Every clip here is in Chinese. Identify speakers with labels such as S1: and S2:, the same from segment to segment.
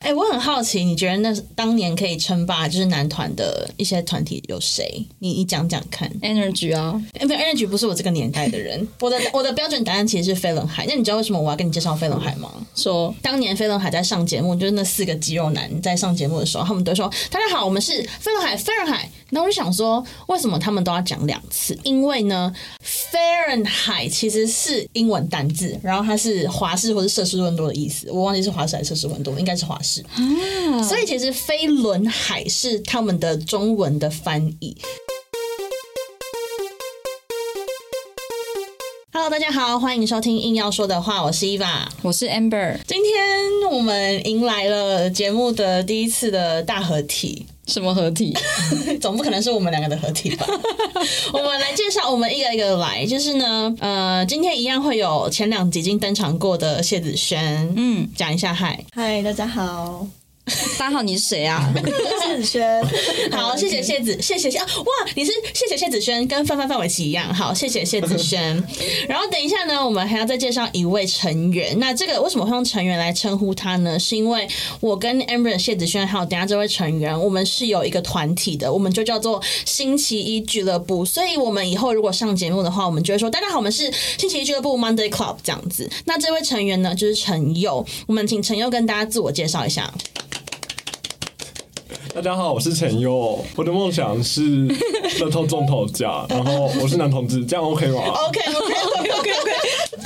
S1: 哎、我很好奇，你觉得那当年可以称霸就是男团的一些团体有谁？你你讲讲看。
S2: energy 啊，
S1: 哎、不，Energy 不是我这个年代的人， 我的我的标准答案其实是飞轮海。那你知道为什么我要跟你介绍飞轮海吗？
S2: 说
S1: 当年飞轮海在上节目，就是那四个肌肉男在上节目的时候，他们都说：“大家好，我们是飞轮海，飞轮海。”然后我就想说，为什么他们都要讲两次？因为呢，Fahrenheit 其实是英文单字，然后它是华氏或是摄氏温度的意思，我忘记是华氏还是摄氏温度，应该是华氏。所以其实飞轮海是他们的中文的翻译。Hello，大家好，欢迎收听硬要说的话，我是 Eva。
S2: 我是 Amber，
S1: 今天我们迎来了节目的第一次的大合体，
S2: 什么合体？
S1: 总不可能是我们两个的合体吧？我们来介绍，我们一个一个来。就是呢，呃，今天一样会有前两集已经登场过的谢子轩，嗯，讲一下嗨。
S3: 嗨，大家好，
S2: 大家好，你是谁啊？
S3: 我是子轩。
S1: 好，谢谢谢子，谢谢谢啊，哇，你是谢谢谢子轩，跟范范范玮琪一样，好，谢谢谢子轩。然后等一下呢，我们还要再介绍一位成员。那这个为什么会用成员来称呼他呢？是因为我跟 Amber、谢子轩还有等一下这位成员，我们是有一个团体的，我们就叫做星期一俱乐部。所以我们以后如果上节目的话，我们就会说大家好，我们是星期一俱乐部 Monday Club 这样子。那这位成员呢，就是陈佑，我们请陈佑跟大家自我介绍一下。
S4: 大家好，我是陈佑，我的梦想是乐透中头奖，然后我是男同志，这样 OK 吗？
S1: OK OK OK OK OK。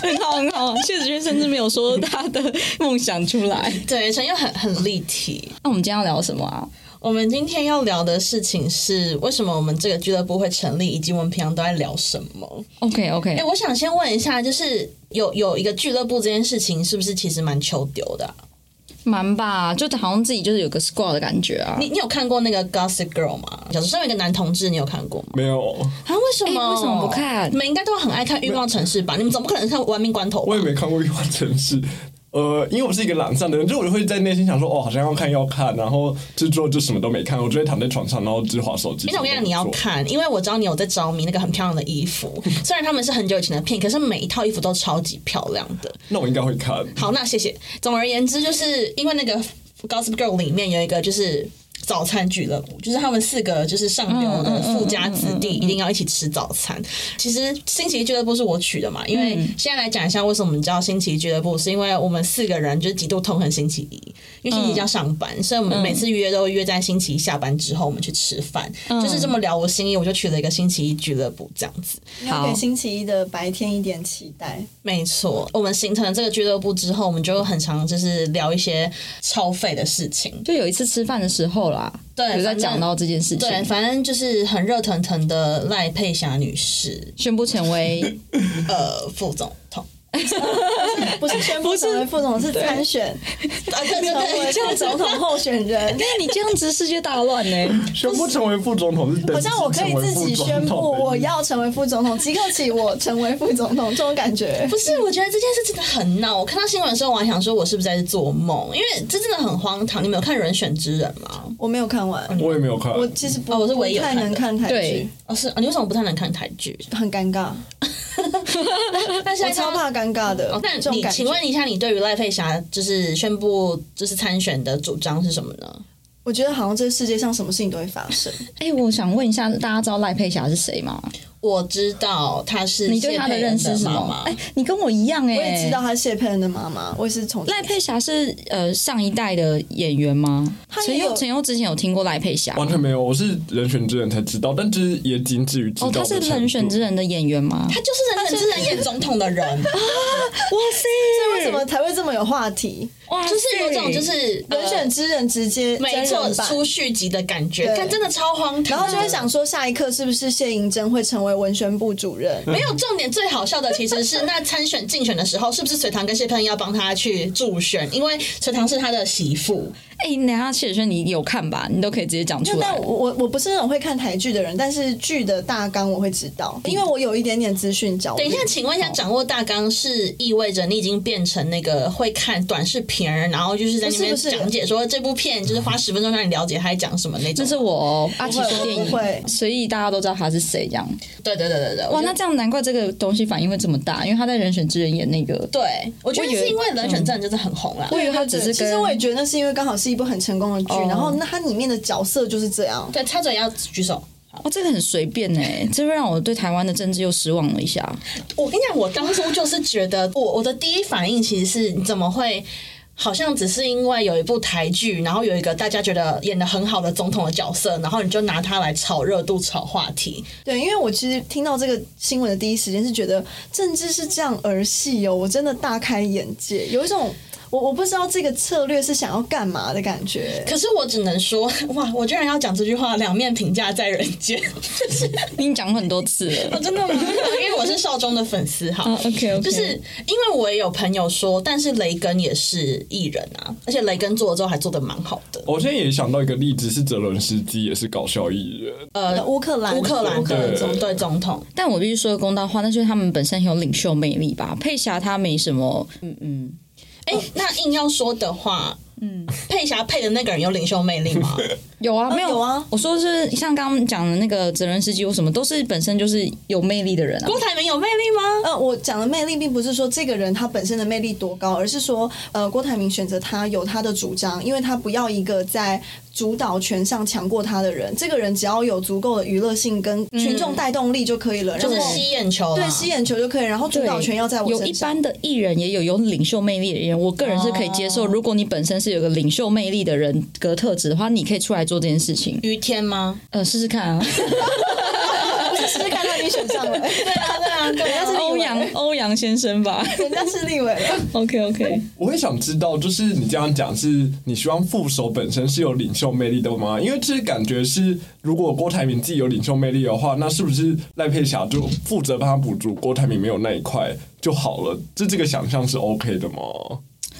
S2: 很好，很好。谢子轩甚至没有说他的梦想出来。
S1: 对，陈佑很很立体。
S2: 那我们今天要聊什么啊？
S1: 我们今天要聊的事情是为什么我们这个俱乐部会成立，以及我们平常都在聊什么。
S2: OK
S1: 哎、
S2: OK，
S1: 我想先问一下，就是有有一个俱乐部这件事情，是不是其实蛮求丢的啊、
S2: 蛮吧，就好像自己就是有个 squad 的感觉啊。
S1: 你你有看过那个《Gossip Girl》吗？小时候身为一个男同志，你有看过吗？
S4: 没有，
S1: 啊，为什么？
S2: 哎为什么不看
S1: 你们应该都很爱看《欲望城市》吧？你们怎么可能看《玩命关头》啊
S4: 我
S1: 吧？
S4: 也没看过《欲望城市》。呃，因为我是一个懒散的人，就我就会在内心想说，哦，好像要看要看，然后就之后就什么都没看，我就会躺在床上，然后只划手机。
S1: 因为我跟你讲，你要看，因为我知道你有在着迷那个很漂亮的衣 服。虽然他们是很久以前的片，可是每一套衣服都超级漂亮的。
S4: 那我应该会看。
S1: 好，那谢谢。总而言之，就是因为那个《Gossip Girl》里面有一个就是。早餐俱乐部就是他们四个就是上流的富家子弟一定要一起吃早餐。其实星期一俱乐部是我取的嘛，因为现在来讲一下为什么我们叫星期一俱乐部，是因为我们四个人就是极度痛恨星期一，因为星期一要上班，所以我们每次约都会约在星期一下班之后我们去吃饭，就是这么了无新意，我就取了一个星期一俱乐部这样子。
S3: 要给星期一的白天一点期待。
S1: 没错，我们形成了这个俱乐部之后，我们就很常就是聊一些超费的事情。
S2: 就有一次吃饭的时候啦，
S1: 对
S2: 有在讲到这件事情，
S1: 对，反正就是很热腾腾的赖佩霞女士，
S2: 宣布成为
S1: 呃，副总 统。
S3: 不是宣布成为副总，是参选
S1: 啊，对对
S3: 成为
S1: 对，
S3: 副总统候选人。
S2: 哎，你这样子世界大乱呢、
S4: 宣布成为副总统是等
S3: 好像我可以自己宣布我
S4: 要。
S3: 要成为副总统，即刻起我成为副总统，这种感觉。
S1: 不是，我觉得这件事真的很闹。我看到新闻的时候，我还想说，我是不是在做梦？因为这真的很荒唐。你们有看《人选之人》吗？
S3: 我没有看完，
S4: 我也没有看，
S3: 我其实不，
S1: 哦我是唯一有
S3: 不太
S1: 看的
S3: 能看台
S2: 对
S3: 剧，
S1: 哦，是，哦你为什么不太能看台剧？
S3: 很尴尬，
S1: 但现在
S3: 我超怕尴尬的
S1: 哦。那
S3: 这种
S1: 你
S3: 感
S1: 请
S3: 觉，
S1: 问一下，你对于赖佩霞就是宣布就是参选的主张是什么呢？
S3: 我觉得好像这世界上什么事情都会发 生。
S2: 哎、我想问一下，大家知道赖佩霞是谁吗？
S1: 我知道他是
S2: 你对她的认识是什么？哎、你跟我一样哎、
S3: 我也知道她是谢佩恩的妈妈，我也是从
S2: 赖佩霞是呃上一代的演员吗？
S3: 她
S2: 陈
S3: 也有
S2: 佑陈佑之前有听过赖佩霞
S4: 完全没有，我是人选之人才知道，但就是也仅止于知道
S2: 哦，
S4: 的
S2: 她
S4: 程
S2: 是
S4: 度。
S2: 人选之人的演员吗？
S1: 他就是人选之人演总统的人，啊
S2: 哇塞，
S3: 为什么才会这么有话题？
S2: 哇塞
S1: 就是有种就是呃
S3: 人选之人直接
S1: 没
S3: 真
S1: 错
S3: 人版，
S1: 出续集的感觉，
S3: 对
S1: 但真的超荒唐。
S3: 然后就会想说，下一刻是不是谢盈珍会成为文宣部主任？
S2: 嗯
S1: 没有重点，最好笑的其实是那参选竞选的时候，是不是隋唐跟谢佩恩要帮他去助选？因为隋唐是他的媳妇，
S2: 哎、等一下谢宇轩你有看吧？你都可以直接讲
S3: 就
S2: 出
S3: 但
S2: 来。
S3: 我我我不是那种会看台剧的人，但是剧的大纲我会知道，因为我有一点点资讯焦虑。
S1: 等一下，请问一下，掌握大纲是意味着你已经变成那个会看短视频儿，然后就是在那边
S3: 不是不是
S1: 讲解说这部片就是花十分钟让你了解他在讲什么那种。
S2: 这是我哦阿奇说电
S3: 我不会
S2: 影，所以大家都知道他是谁这样。
S1: 对对对对对，我
S2: 哇，
S1: 觉得
S2: 那这样难怪这个东西反应会这么大，因为他在《人选之人》演那个，
S1: 对我觉得
S2: 我以为嗯
S1: 是因为人选战真的很红啦。啊
S2: 我以为他
S3: 对
S2: 只
S3: 对
S2: 是跟
S3: 其实我也觉得那是因为刚好是一部很成功的剧，
S2: 哦
S3: 然后那它里面的角色就是这样。
S1: 对，插嘴要举手。
S2: 哦，这个很随便 哎、这会让我对台湾的政治又失望了一下。
S1: 我跟你讲，我当初就是觉得，我我的第一反应其实是你怎么会？好像只是因为有一部台剧，然后有一个大家觉得演的很好的总统的角色，然后你就拿它来炒热度、炒话题。
S3: 对，因为我其实听到这个新闻的第一时间是觉得政治是这样儿戏哦，我真的大开眼界，有一种我我不知道这个策略是想要干嘛的感觉。
S1: 可是我只能说， 哇，我居然要讲这句话，两面评价在人 间，
S2: 你已经讲过很多次 了。
S1: 真的吗？ 因为我是少中的粉丝哈。
S3: 啊
S2: o k OK，
S1: 就是因为我也有朋友说，但是雷根也是艺人啊，而且雷根做了之后还做的蛮好的。
S4: 我现在也想到一个例子，是泽伦斯基也是搞笑艺人，
S1: 呃，
S3: 乌克兰，
S1: 乌克兰
S3: 乌克兰
S1: 的
S4: 对
S1: 总对总统，
S2: 但我必须说个公道话，那就是他们本身很有领袖魅力吧。佩霞她没什么，嗯嗯，
S1: 哎、那硬要说的话，嗯，佩霞配的那个人有领袖魅力 吗？
S2: 有啊，
S3: 嗯
S2: 没有
S3: 有啊
S2: 我说是像刚刚讲的那个泽连斯基，我什么都是本身就是有魅力的人啊。
S1: 郭台铭有魅力吗？
S3: 呃，我讲的魅力并不是说这个人他本身的魅力多高，而是说，呃，郭台铭选择他有他的主张，因为他不要一个在主导权上强过他的人。这个人只要有足够的娱乐性跟群众带动力就可以了，
S1: 就是
S3: 然后
S1: 吸眼球啦，啊
S3: 对吸眼球就可以，然后主
S2: 对
S3: 导权要在我
S2: 有一
S3: 身上。
S2: 般的艺人也有有领袖魅力的人，我个人是可以接
S3: 哦
S2: 受。如果你本身是有个领袖魅力的人格特质的话，你可以出来做这件事情。
S1: 于天吗？
S2: 呃，试试看 啊。
S3: 只 是看到你选上了，
S1: 对啊，对 啊，对啊。
S2: 欧阳欧阳先生吧。
S3: 人家是立委了。
S2: OK OK，
S4: 我也想知道，就是你这样讲，是你希望副手本身是有领袖魅力的吗？因为这感觉是，如果郭台铭自己有领袖魅力的话，那是不是赖佩霞就负责帮他补足郭台铭没有那一块就好了？这这个想象是 OK 的吗？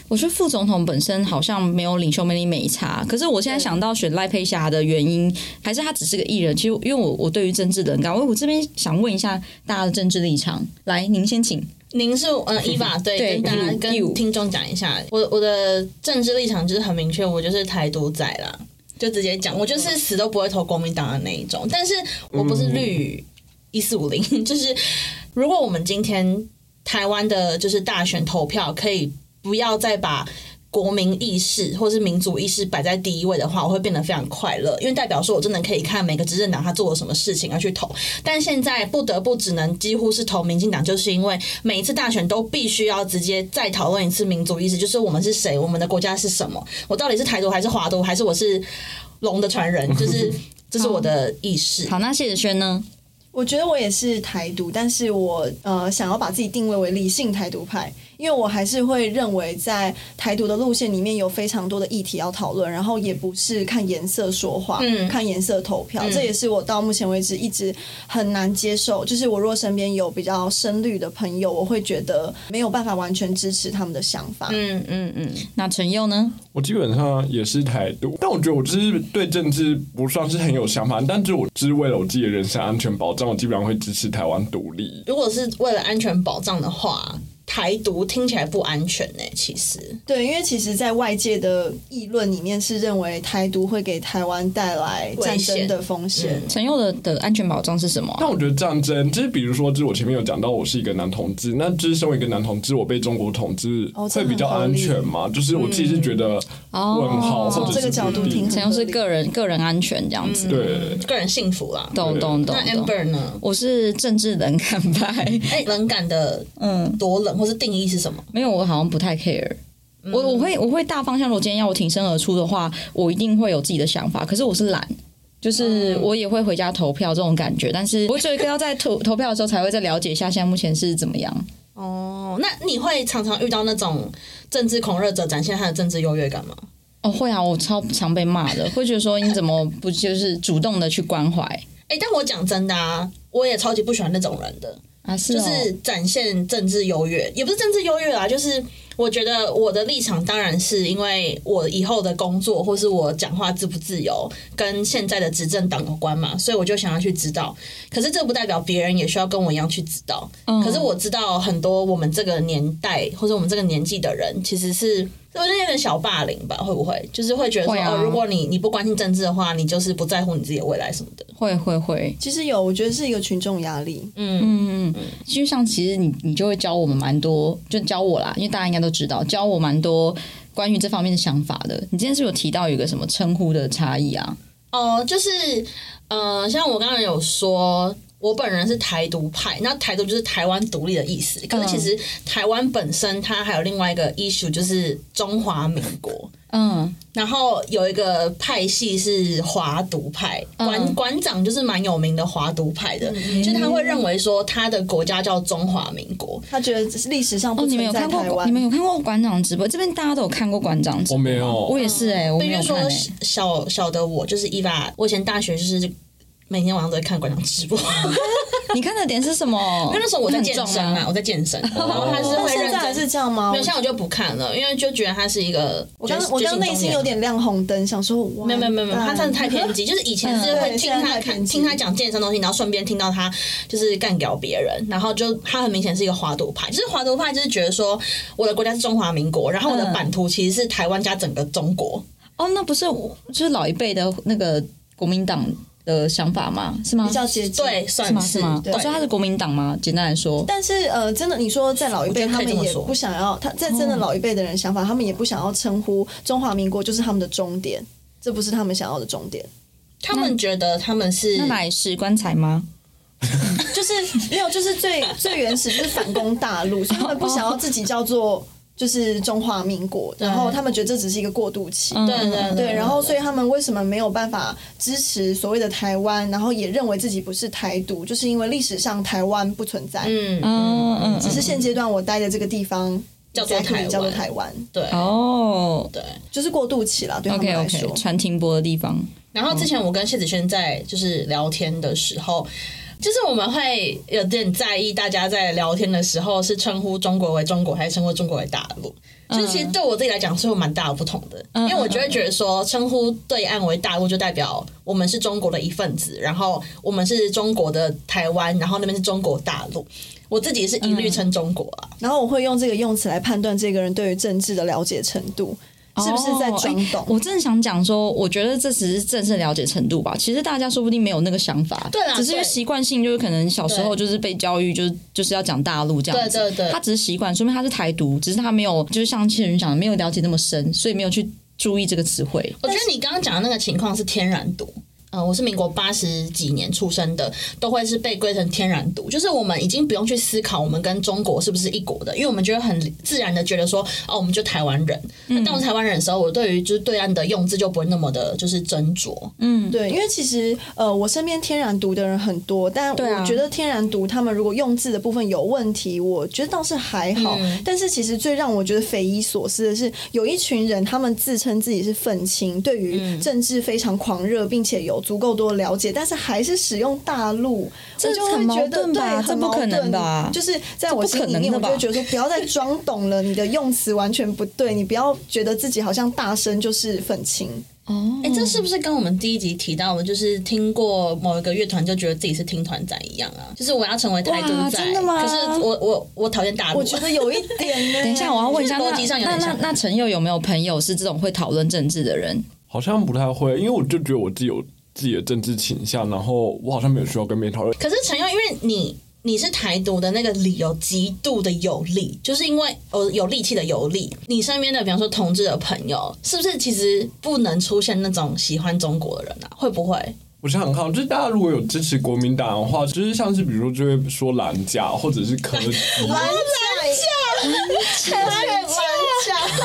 S2: 我觉得副总统本身好像没有领袖魅力没差，可是我现在想到选赖佩霞的原因，还是他只是个艺人。其实因为我我对于政治的很感，我我这边想问一下大家的政治立场。来，您先请。
S1: 您是呃伊娃对，
S2: 对
S1: 跟大家
S2: 嗯
S1: 跟
S2: you
S1: 听众讲一下，我我的政治立场就是很明确，我就是台独仔啦，就直接讲，我就是死都不会投国民党的那一种，但是我不是绿一四五零， 就是如果我们今天台湾的就是大选投票可以不要再把。国民意识或是民族意识摆在第一位的话，我会变得非常快乐，因为代表说我真的可以看每个执政党他做了什么事情而去投。但现在不得不只能几乎是投民进党，就是因为每一次大选都必须要直接再讨论一次民族意识，就是我们是谁，我们的国家是什么，我到底是台独还是华独，还是我是龙的传人，就是 这是我的意识。
S2: 好，那谢子轩呢？
S3: 我觉得我也是台独，但是我呃想要把自己定位为理性台独派，因为我还是会认为在台独的路线里面有非常多的议题要讨论，然后也不是看颜色说话，
S1: 嗯
S3: 看颜色投票，
S1: 嗯
S3: 这也是我到目前为止一直很难接受。就是我若身边有比较深绿的朋友，我会觉得没有办法完全支持他们的想法。
S1: 嗯嗯嗯，
S2: 那陈佑呢？
S4: 我基本上也是台独，但我觉得我就是对政治不算是很有想法，但就我只是为了我自己的人身安全保障，我基本上会支持台湾独立。
S1: 如果是为了安全保障的话，台独听起来不安全呢、其实
S3: 对，因为其实，在外界的议论里面是认为台独会给台湾带来战争的风
S1: 嗯
S3: 险。
S2: 陈佑的的安全保障是什么啊、
S4: 但我觉得战争，就是比如说，就是我前面有讲到，我是一个男同志，那就是身为一个男同志，我被中国统治
S3: 哦这
S4: 会比较
S3: 很合
S4: 安
S3: 理嗯
S4: 全嘛？就是我自己是觉得问号，
S2: 哦
S4: 或者
S3: 从这
S4: 是
S3: 个角度
S4: 不一
S3: 听
S2: 陈佑是个人个人安全这样子。
S4: 对。
S1: 嗯个人幸福啦。
S2: 懂懂嗯懂
S1: 那
S2: 懂。
S1: Amber 呢？
S2: 我是政治冷感派，
S1: 哎、冷感的
S2: 嗯，
S1: 多冷，或是定义是什么？
S2: 没有，我好像不太 care。我
S1: 嗯
S2: 我会我会大方向，如果今天要我挺身而出的话，我一定会有自己的想法。可是我是懒，
S1: 嗯
S2: 就是我也会回家投票这种感觉，但是我只有一个要在投 投票的时候才会再了解一下现在目前是怎么样。
S1: 哦，那你会常常遇到那种政治狂热者展现他的政治优越感吗？
S2: 哦，会啊，我超常被骂的，会觉得说你怎么不就是主动的去关怀
S1: 哎、但我讲真的啊，我也超级不喜欢那种人的，
S2: 啊？是
S1: 就
S2: 哦，
S1: 是展现政治优越，也不是政治优越啦，就是我觉得我的立场当然是因为我以后的工作或是我讲话自不自由跟现在的执政党有关嘛，所以我就想要去知道。可是这不代表别人也需要跟我一样去知道。
S2: 嗯
S1: 可是我知道很多我们这个年代或者我们这个年纪的人，其实是我觉得有点小霸凌吧，会不会？就是会觉得说，
S2: 会啊
S1: 哦，如果你你不关心政治的话，你就是不在乎你自己的未来什么的。
S2: 会会会，
S3: 其实有，我觉得是一个群众压力。
S2: 嗯嗯，嗯，就像其实你你就会教我们蛮多，就教我啦，因为大家应该都知道，教我蛮多关于这方面的想法的。你今天是不是有提到有一个什么称呼的差异啊？
S1: 哦、就是呃，像我刚刚有说。我本人是台独派，那台独就是台湾独立的意思。可是其
S2: 嗯
S1: 实台湾本身它还有另外一个 issue，就是中华民国。
S2: 嗯，
S1: 然后有一个派系是华独派，
S2: 嗯
S1: 馆馆长就是蛮有名的华独派的，就是他会认为说他的国家叫中华民国，
S3: 他觉得历史上
S2: 哦，
S3: 不
S2: 你们
S3: 存
S2: 有
S3: 在
S2: 看
S3: 台
S2: 过
S3: 湾。
S2: 你们有看过馆长直播？这边大家都有看过馆长直播
S4: 我
S2: 吗，
S4: 没有
S2: 我也是哎、我
S1: 被
S2: 没
S1: 约
S2: 有
S1: 说
S2: 看、欸。
S1: 小小的我就是伊娃，我以前大学就是。每天晚上都在看馆长直播，因
S2: 你看的点是什么？
S1: 为那时候我在
S2: 很
S1: 健
S2: 重
S1: 身
S2: 吗
S1: 啊，我在健身，然后他是
S3: 那
S1: 会
S3: 哦现
S1: 认
S3: 在还
S1: 真
S3: 是这样吗
S1: 没有，？像我就不看了，因为就觉得他是一个。
S3: 我刚
S1: 就是
S3: 我刚内心有。点亮红灯，想说哇，
S1: 没有没有没有，没有，他真的太偏激。就是以前是会
S3: 嗯对
S1: 听
S3: 现在
S1: 他
S3: 太
S1: 看
S3: 偏激
S1: 听他讲健身东西，然后顺便听到他就是干掉别人，然后就他很明显是一个华独派，就是华独派就是觉得说我的国家是中华民国，然后我的
S2: 嗯
S1: 版图其实是台湾加整个中国。
S2: 哦，那不是我就是老一辈的那个国民党的想法吗？是吗？
S3: 比较接近。
S1: 对，算
S2: 是吗？
S1: 是
S2: 是吗？
S1: 对
S2: 我说他是国民党吗？简单来说，
S3: 但是呃，真的，你说在老一辈，
S1: 我觉
S3: 他
S1: 得可以这
S3: 们
S1: 么
S3: 也
S1: 说
S3: 不想要，他在真的老一辈的人想法，他们也不想要称呼中华民国就是他们的终点，这不是他们想要的终点，
S1: 他们觉得他们是
S2: 那哪里是棺材吗？
S3: 就是没有，就是最 最原始就是反攻大 陆，所以他们不想要自己叫做就是中华民国，然后他们觉得这只是一个过渡期。
S2: 嗯
S1: 对对
S3: 对，然后所以他们为什么没有办法支持所谓的台湾，然后也认为自己不是台独，就是因为历史上台湾不存在，
S1: 嗯
S2: 嗯嗯，
S3: 只是现阶段我待的这个地方
S1: 叫做
S3: exactly
S1: 台湾
S3: 叫做台湾，
S1: 对
S2: 哦
S1: 对。
S3: 就是过渡期啦，对他们
S2: ，OK
S3: 来说。
S2: OK，传停泊的地方，
S1: 然后之前我跟谢子轩在就是聊天的时候，就是我们会有点在意大家在聊天的时候是称呼中国为中国还是称呼中国为大陆。就是其实对我自己来讲是有蛮大的不同的，因为我就会觉得说称呼对岸为大陆就代表我们是中国的一份子，然后我们是中国的台湾，然后那边是中国大陆。我自己是一律称中国啊，
S3: 然后我会用这个用词来判断这个人对于政治的了解程度，是不是在
S2: 哦
S3: 装
S2: 哎
S3: 懂。
S2: 我正想讲说，我觉得这只是正式了解程度吧。其实大家说不定没有那个想法，
S1: 对啦
S2: 只是因为
S1: 对
S2: 习惯性，就是可能小时候
S1: 对
S2: 就是被教育，就是就是要讲大陆这样子。
S1: 对对对
S2: 他只是习惯，说明他是台独，只是他没有，就是像谢云讲的，没有了解那么深，所以没有去注意这个词汇。
S1: 我觉得你刚刚讲的那个情况是天然毒。嗯、我是民国八十几年出生的，都会是被归成天然毒，就是我们已经不用去思考我们跟中国是不是一国的，因为我们就会很自然的觉得说，哦，我们就台湾人。那
S2: 嗯
S1: 当我是台湾人的时候，我对于就是对岸的用字就不会那么的，就是斟酌。
S2: 嗯
S3: 对，因为其实呃，我身边天然读的人很多，但
S2: 对啊
S3: 我觉得天然读他们如果用字的部分有问题，我觉得倒是还好。
S2: 嗯
S3: 但是其实最让我觉得匪夷所思的是，有一群人他们自称自己是愤青，对
S2: 嗯
S3: 于政治非常狂热，并且有足够多的了解，但是还是使用大陆，
S2: 这
S3: 我就
S2: 很
S3: 会
S2: 矛
S3: 觉得
S2: 盾
S3: 对，
S2: 吧这
S3: 很
S2: 不
S3: 矛
S2: 可能
S3: 盾
S2: 吧
S3: 就是在
S2: 这
S3: 我
S2: 不可
S3: 心里
S2: 能
S3: 面，
S2: 的
S3: 我就
S2: 吧
S3: 会觉得说，不要再装懂了，你的用词完全不对，你不要觉得自己好像大声就是愤青。
S2: 哦，
S1: 哎、这是不是跟我们第一集提到的，就是听过某一个乐团就觉得自己是听团仔一样啊？就是我要成为台独
S2: 哇
S1: 仔，
S2: 真的吗
S1: 可是我我我讨厌大陆啊。
S3: 我觉得有一点呢。
S2: 等一下，我要问一下，
S1: 逻
S2: 那
S1: 辑上有
S2: 那
S1: 点
S2: 那
S1: 像
S2: 那陈佑有没有朋友是这种会讨论政治的人？
S4: 好像不太会，因为我就觉得我自己有自己的政治倾向，然后我好像没有需要跟别人讨论。
S1: 可是陈佑，因为你你是台独的那个理由极度的有力，就是因为呃有力气的有力。你身边的比方说同志的朋友，是不是其实不能出现那种喜欢中国的人啊？会不会？
S4: 我是很好，就是大家如果有支持国民党的话，就是像是比如就会说蓝甲或者是 柯基，
S3: 蓝甲，蓝甲，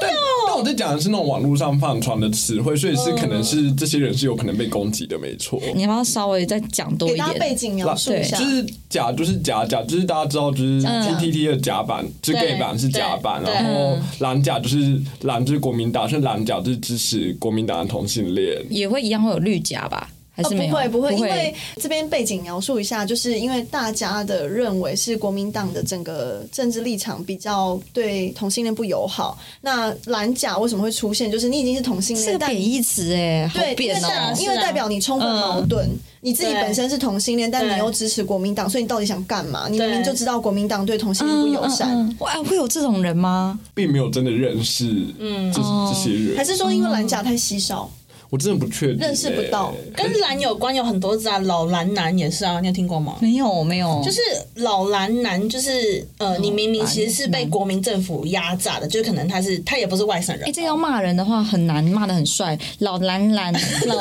S4: 但但我在讲的是那种网络上放传的词汇，所以
S3: 嗯
S4: 是可能是这些人是有可能被攻击的，没错。
S2: 你要不要稍微再讲多一
S3: 给大家背
S2: 点？
S3: 景描述一下嗯
S4: 就。是假，就是假假，就是大家知道，就是 T T T 的甲板，就是 gay 版是甲板，
S1: 对
S4: 然后蓝甲就是蓝，就是国民党，是蓝甲就是支持国民党的同性恋。
S2: 也会一样会有绿甲吧？还
S3: 哦，
S2: 是
S3: 不
S2: 没有？啊
S3: 会不会，因为这边背景描述一下，就是因为大家的认为是国民党的整个政治立场比较对同性恋不友好。那蓝甲为什么会出现？就是你已经是同性
S2: 是
S3: 恋，
S2: 个
S3: 但
S2: 贬义词哎，好
S3: 对，
S2: 贬
S3: 因为代
S2: 哦嗯
S1: 是啊！
S3: 因为代表你充分矛盾，你自己
S1: 对
S3: 本身是同性恋，但
S1: 对
S3: 你又支持国民党，所以你到底想干嘛？你
S1: 对
S3: 明明就知道国民党对同性恋不友善，
S2: 嗯嗯嗯哇，会有这种人吗？
S3: 哦
S4: 并没有真的认识，嗯，就是这些人，
S3: 还是说因为蓝甲太稀少？
S4: 我真的不确定、
S3: 认识不到
S4: 欸
S1: 跟蓝有关有很多字啊，老蓝男也是啊，你有听过吗？
S2: 没有没有，
S1: 就是老蓝男，就是呃，你明明其实是被
S2: 蓝
S1: 国民政府压榨的，就是可能他是他也不是外省人
S2: 哎、，这个要骂人的话很难，骂的很帅，老蓝蓝，老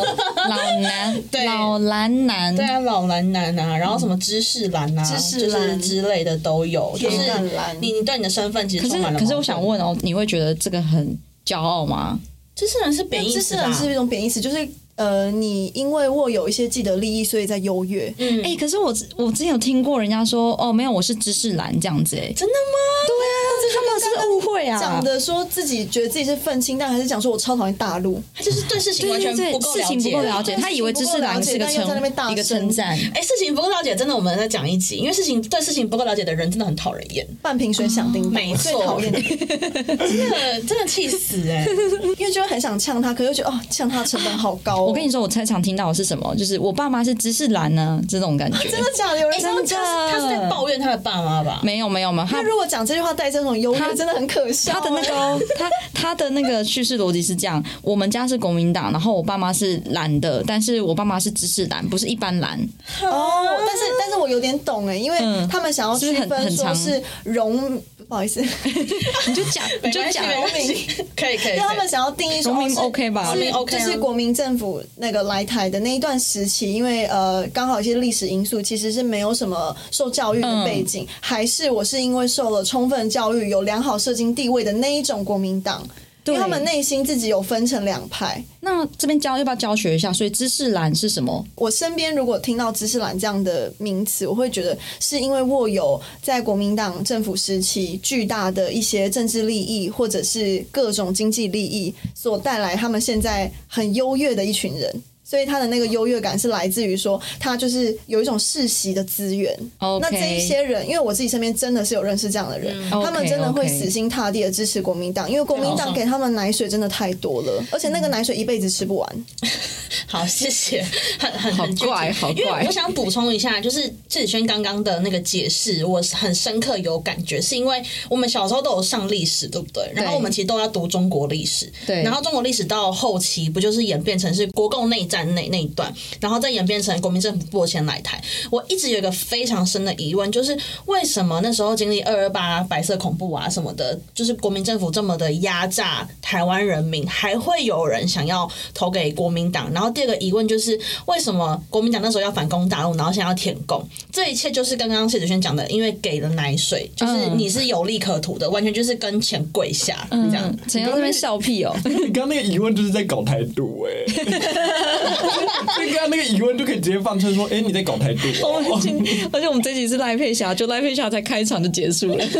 S2: 老 男，
S1: 对
S2: 老蓝男，
S1: 对啊，老蓝男啊，然后什么知识蓝啊，
S3: 知识蓝
S1: 就是之类的都有，就是
S3: 铁杆蓝
S1: 你你对你的身份其
S2: 可
S1: 实
S2: 是
S1: 充满了。
S2: 可是我想，问哦，你会觉得这个很骄傲吗？
S1: 知识蓝是贬义
S3: 知
S1: 词啊
S3: 识
S1: 吧
S3: 人是一种贬义词，就是呃，你因为握有一些既得利益，所以在优越。
S1: 嗯，
S2: 哎、可是我之我之前有听过人家说，哦，没有，我是知识蓝这样子、哎，
S1: 真的吗？对啊，
S2: 他们是不是误会啊，
S3: 讲的说自己觉得自己是愤青，但还是讲说我超讨厌大陆。
S1: 他就是对事情
S2: 对
S1: 完全
S2: 对
S1: 不
S2: 对，
S1: 够
S2: 事情不够了
S1: 了
S2: 解，
S1: 解。
S2: 他以为知识蓝是个
S3: 但又在那边大
S2: 称一个
S3: 声
S2: 称赞，
S1: 哎，事情不够了解，真的，我们再讲一集，因为事情对事情不够了解的人真的很讨人 厌，
S3: 半瓶水响
S2: 嗯
S3: 叮当，
S1: 没
S3: 我最
S1: 错
S3: 讨厌的，
S1: 真的真的气死哎！
S3: 因为就会很想呛他，可是又觉得哦，呛他的成本好高、哦。
S2: 我跟你说，我最常听到的是什么？就是我爸妈是知识蓝呢、这种感觉。
S3: 真的假的？
S2: 哎
S3: 有人这样
S1: 他
S3: 讲？
S1: 是他是在抱怨他的爸妈吧？
S2: 没有没有没有，
S3: 他
S2: 他
S3: 如果讲这句话带这种优
S2: 他
S3: 越，真的很可笑。欸
S2: 他的那个哦 他他的那个叙事逻辑是这样：我们家是国民党，然后我爸妈是蓝的，但是我爸妈是知识蓝，不是一般蓝。
S3: 哦，但是但是我有点懂哎，因为
S2: 嗯
S3: 他们想要
S2: 是不
S3: 区
S2: 是很
S3: 分
S2: 很
S3: 说
S2: 长
S3: 是荣，不好意思，因
S2: 你就 讲你
S1: 没
S2: 就
S1: 关系
S2: 讲
S1: 没关系， 可以可以。
S3: 为他
S1: 可以
S3: 们想要定义说
S2: 农民
S3: 哦是
S2: OK 吧
S1: 农？民
S3: 是
S1: OK 啊
S3: 就是国民政府那个来台的那一段时期，因为呃刚好一些历史因素，其实是没有什么受教育的背
S2: 嗯
S3: 景，还是我是因为受了充分教育、有良好社经地位的那一种国民党，因
S2: 对
S3: 为他们内心自己有分成两派。
S2: 那这边教要不要教学一下？所以知识蓝是什么？
S3: 我身边如果听到知识蓝这样的名词，我会觉得是因为握有在国民党政府时期巨大的一些政治利益，或者是各种经济利益所带来，他们现在很优越的一群人。所以他的那个优越感是来自于说，他就是有一种世袭的资源。
S2: OK
S3: 那这一些人，因为我自己身边真的是有认识这样的人，他们
S2: OK，
S3: 真的会
S2: OK
S3: 死心塌地的支持国民党，因为国民党给他们奶水真的太多了，而且那个奶水一辈子吃不完。
S1: 好，谢谢，很很
S2: 好
S1: 很具体
S2: 怪好
S1: 因
S2: 怪
S1: 为我想补充一下，就是志子轩刚刚的那个解释，我是很深刻有感觉，是因为我们小时候都有上历史，对不对？然后我们其实都要读中国历史，
S2: 对
S1: 然后中国历史到后期不就是演变成是国共内战那那一段，然后再演变成国民政府破迁来台。我一直有一个非常深的疑问，就是为什么那时候经历二二八白色恐怖啊什么的，就是国民政府这么的压榨台湾人民，还会有人想要投给国民党？然后第二个疑问就是为什么国民党那时候要反攻大陆，然后现在要舔共？这一切就是刚刚谢子轩讲的，因为给了奶水，就是
S2: 嗯
S1: 你是有利可图的，完全就是跟钱跪下这样。
S2: 嗯，陈阳这边笑屁 哦。
S4: 你刚刚那个疑问就是在搞台独 哎、欸，所以刚刚那个疑问就可以直接放出说，哎、你在搞台独、
S2: 我
S4: 哦
S2: 们今而且我们这集是赖佩霞，就赖佩霞才开场就结束 了。
S1: 等一下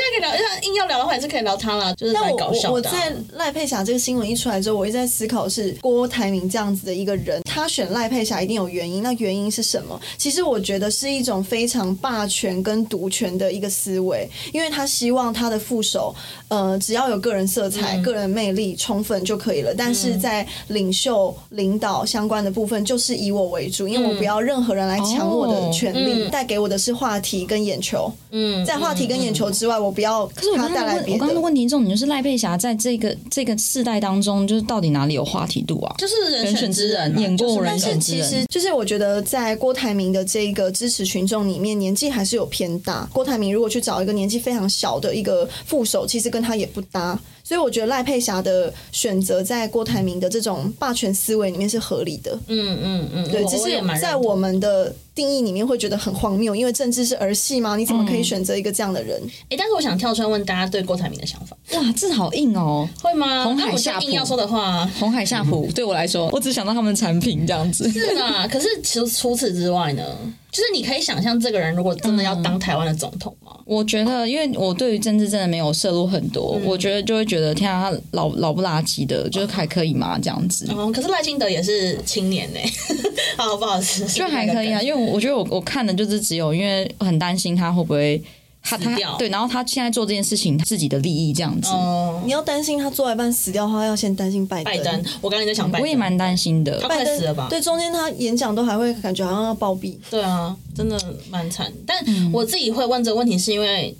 S1: 可以聊，要硬要聊的话，还是可以聊他啦，就是
S3: 但
S1: 蛮
S3: 我
S1: 搞笑
S3: 我我
S1: 的啊、
S3: 在赖佩霞这个新闻一出来之后，我一直在思考是郭台铭这样子的一个人，他选赖佩霞一定有原因，那原因是什么？其实我觉得是一种非常霸权跟独权的一个思维，因为他希望他的副手，呃，只要有个人色
S2: 嗯
S3: 彩、个人魅力充分就可以了，但是在领袖、领导相关的部分，就是以我为主，因为我
S2: 嗯
S3: 不要任何人来抢我的权
S2: 哦
S3: 利，带给我的是话题跟眼球。
S1: 嗯，
S3: 在话题跟眼球之外，我不要
S2: 可是我
S3: 他
S2: 刚
S3: 带
S2: 刚
S3: 来
S2: 问，
S3: 别
S2: 我刚刚
S3: 的。
S2: 问题重点就是赖佩霞在这个这个世代当中，就是到底哪里有话题度啊？
S1: 就是人
S2: 人选之
S1: 人
S2: 人
S1: 啊
S2: 演过人
S3: 但是
S2: 选之
S3: 其
S2: 人
S3: 实，就是我觉得在郭台铭的这个支持群众里面，年纪还是有偏大。郭台铭如果去找一个年纪非常小的一个副手，其实跟他也不搭。所以我觉得赖佩霞的选择在郭台铭的这种霸权思维里面是合理的。
S1: 嗯嗯嗯，
S3: 对，
S1: 我
S3: 只
S1: 我也
S3: 是
S1: 蛮认
S3: 在
S1: 同
S3: 我们的定义里面会觉得很荒谬，因为政治是儿戏吗？你怎么
S1: 嗯
S3: 可以选择一个这样的人？
S1: 哎、但是我想跳出来问大家对郭台铭的想法，
S2: 哇，这好硬哦！
S1: 会吗？
S2: 红
S1: 那
S2: 海
S1: 我
S2: 夏
S1: 就硬
S2: 普
S1: 要说的 话，
S2: 红海夏普对我来说，我只想到他们的产品这样子。
S1: 是啦。啊可是除除此之外呢，就是你可以想象这个人如果真的要当台湾的总统吗？
S2: 我觉得，因为我对于政治真的没有涉入很多，我觉得就会觉得天啊，老老不拉几的，就是还可以嘛这样子。
S1: 嗯，可是赖清德也是青年呢、 好不好意思，
S2: 就还可以啊，因为我我觉得我我看的就是只有，因为很担心他会不会他
S1: 死
S2: 他
S1: 掉
S2: 对，然后他现在做这件事情自己的利益这样子，
S1: 哦、
S3: 你要担心他做一半死掉的话，要先担心拜登。
S1: 拜登，我刚才在想拜登，
S2: 我也蛮担心的。
S1: 他快
S3: 登
S1: 死了吧？
S3: 对，中间他演讲都还会感觉好像要暴毙。
S1: 对啊，真的蛮惨。但我自己会问这个问题，是因为，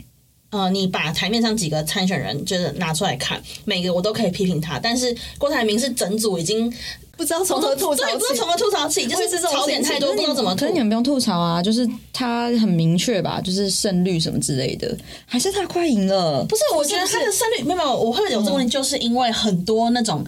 S1: 嗯、呃，你把台面上几个参选人就是拿出来看，每个我都可以批评他，但是郭台铭是整组已经
S3: 不知道从何吐槽
S1: 对，不知道
S3: 起
S1: 从。何吐槽起，就
S3: 我也是
S1: 是
S3: 这种
S1: 槽点太多，不
S3: 心情
S1: 知道怎么
S2: 可
S1: 吐
S2: 是。你们不用吐槽啊，就是他很明确吧，就是胜率什么之类的，还是他快赢了
S1: 不。是，我觉得他的胜率没有没有，我会有这个问题，就是因为很多那种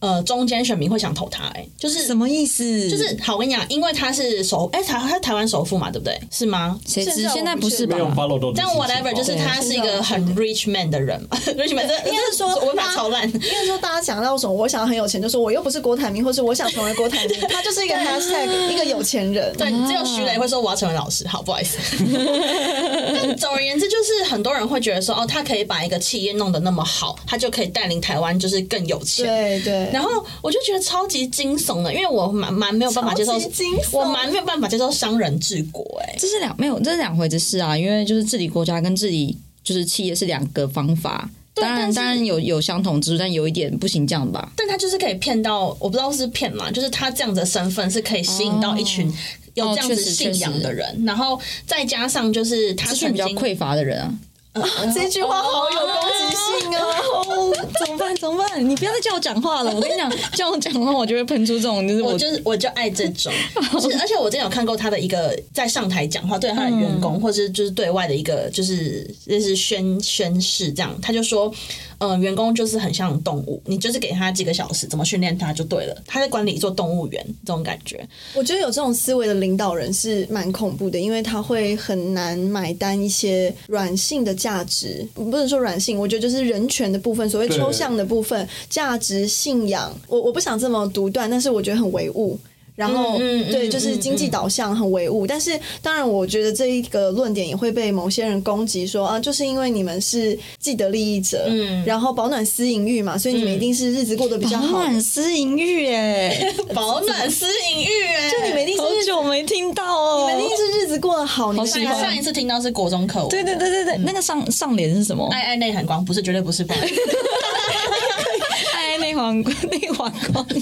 S1: 呃中间选民会想投他、哎，就是
S2: 什么意思？
S1: 就是好，我跟你讲，因为他是首哎、台他是台湾首富嘛，对不对？是吗？
S2: 谁
S3: 现
S2: 知
S3: 在我
S2: 现在
S3: 不
S2: 不
S3: 确
S2: 是吧
S4: 没？有 follow 到这
S1: 但
S4: 个事情
S1: whatever，就是
S3: 哦
S1: 他是一个很 rich man 的人嘛 ，rich man 这应
S3: 应该是说啊
S1: 我法超烂。
S3: 应该说，大家讲到什么，我想要很有钱，就说我又不是郭台铭，或是我想成为 郭台铭，他就是一个 hashtag 一个有钱人。
S1: 啊对，只有徐磊会说我要成为老师，好，不好意思。 但总而言之，就是很多人会觉得说，哦，他可以把一个企业弄得那么好，他就可以带领台湾就是更有钱。
S3: 对对，
S1: 然后我就觉得超级惊悚的，因为我蛮蛮没有办法接受
S3: 超级惊，悚
S1: 我蛮没有办法接受商人治国、哎，
S2: 这是两没有，这是两回的事啊，因为就是治理国家跟治理就是企业是两个方法。当
S1: 但
S2: 然，
S1: 是
S2: 当然有有相同之处，但有一点不行，这样吧。
S1: 但他就是可以骗到，我不知道是骗嘛，就是他这样子的身份是可以吸引到一群
S2: 哦
S1: 有这样子信仰的人，然后再加上就是他
S2: 资讯
S1: 曾
S2: 比较
S1: 经
S2: 匮乏的人啊，
S3: 这句
S1: 哦
S3: 话好有攻击性啊！
S2: 哦怎么办？怎么办？你不要再叫我讲 话了。我跟你讲，叫我讲话，我就会喷出这种，就是
S1: 我
S2: 我
S1: 就是我就爱这种， 不是，而且我之前有看过他的一个在上台讲话，对他的员
S2: 嗯
S1: 工、或者是就是对外的一个就是就是宣宣誓这样，他就说，呃，员工就是很像动物，你就是给他几个小时，怎么训练他就对了，他在管理做动物园这种感 觉，
S3: 我觉得有这种思维的领导人是蛮恐怖的，因为他会很难买单一些软性的价值，不能说软性，我觉得就是人权的部分，所谓
S4: 对
S3: 抽象的部分，价值、信仰，我我不想这么独断，但是我觉得很唯物。然后，
S1: 嗯嗯嗯
S3: 对，就是经济导向很唯物，但是当然，我觉得这一个论点也会被某些人攻击说啊，就是因为你们是既得利益者，
S1: 嗯
S3: 然后保暖私淫欲嘛，所以你们一定是日子过得比较好的，
S2: 满私淫欲哎，
S1: 保暖私隐欲、哎，
S3: 就你们一定是
S2: 好
S3: 日子
S2: 久没听到哦。
S3: 肯定是日子过得好，你们
S2: 喜
S1: 上
S2: 欢
S1: 一上一次听到是国中课文，
S2: 对对对对对，那个上上联是什么？
S1: 爱爱内涵光，不是绝对不 是吧？
S2: 爱内 皇内皇 光，
S3: 连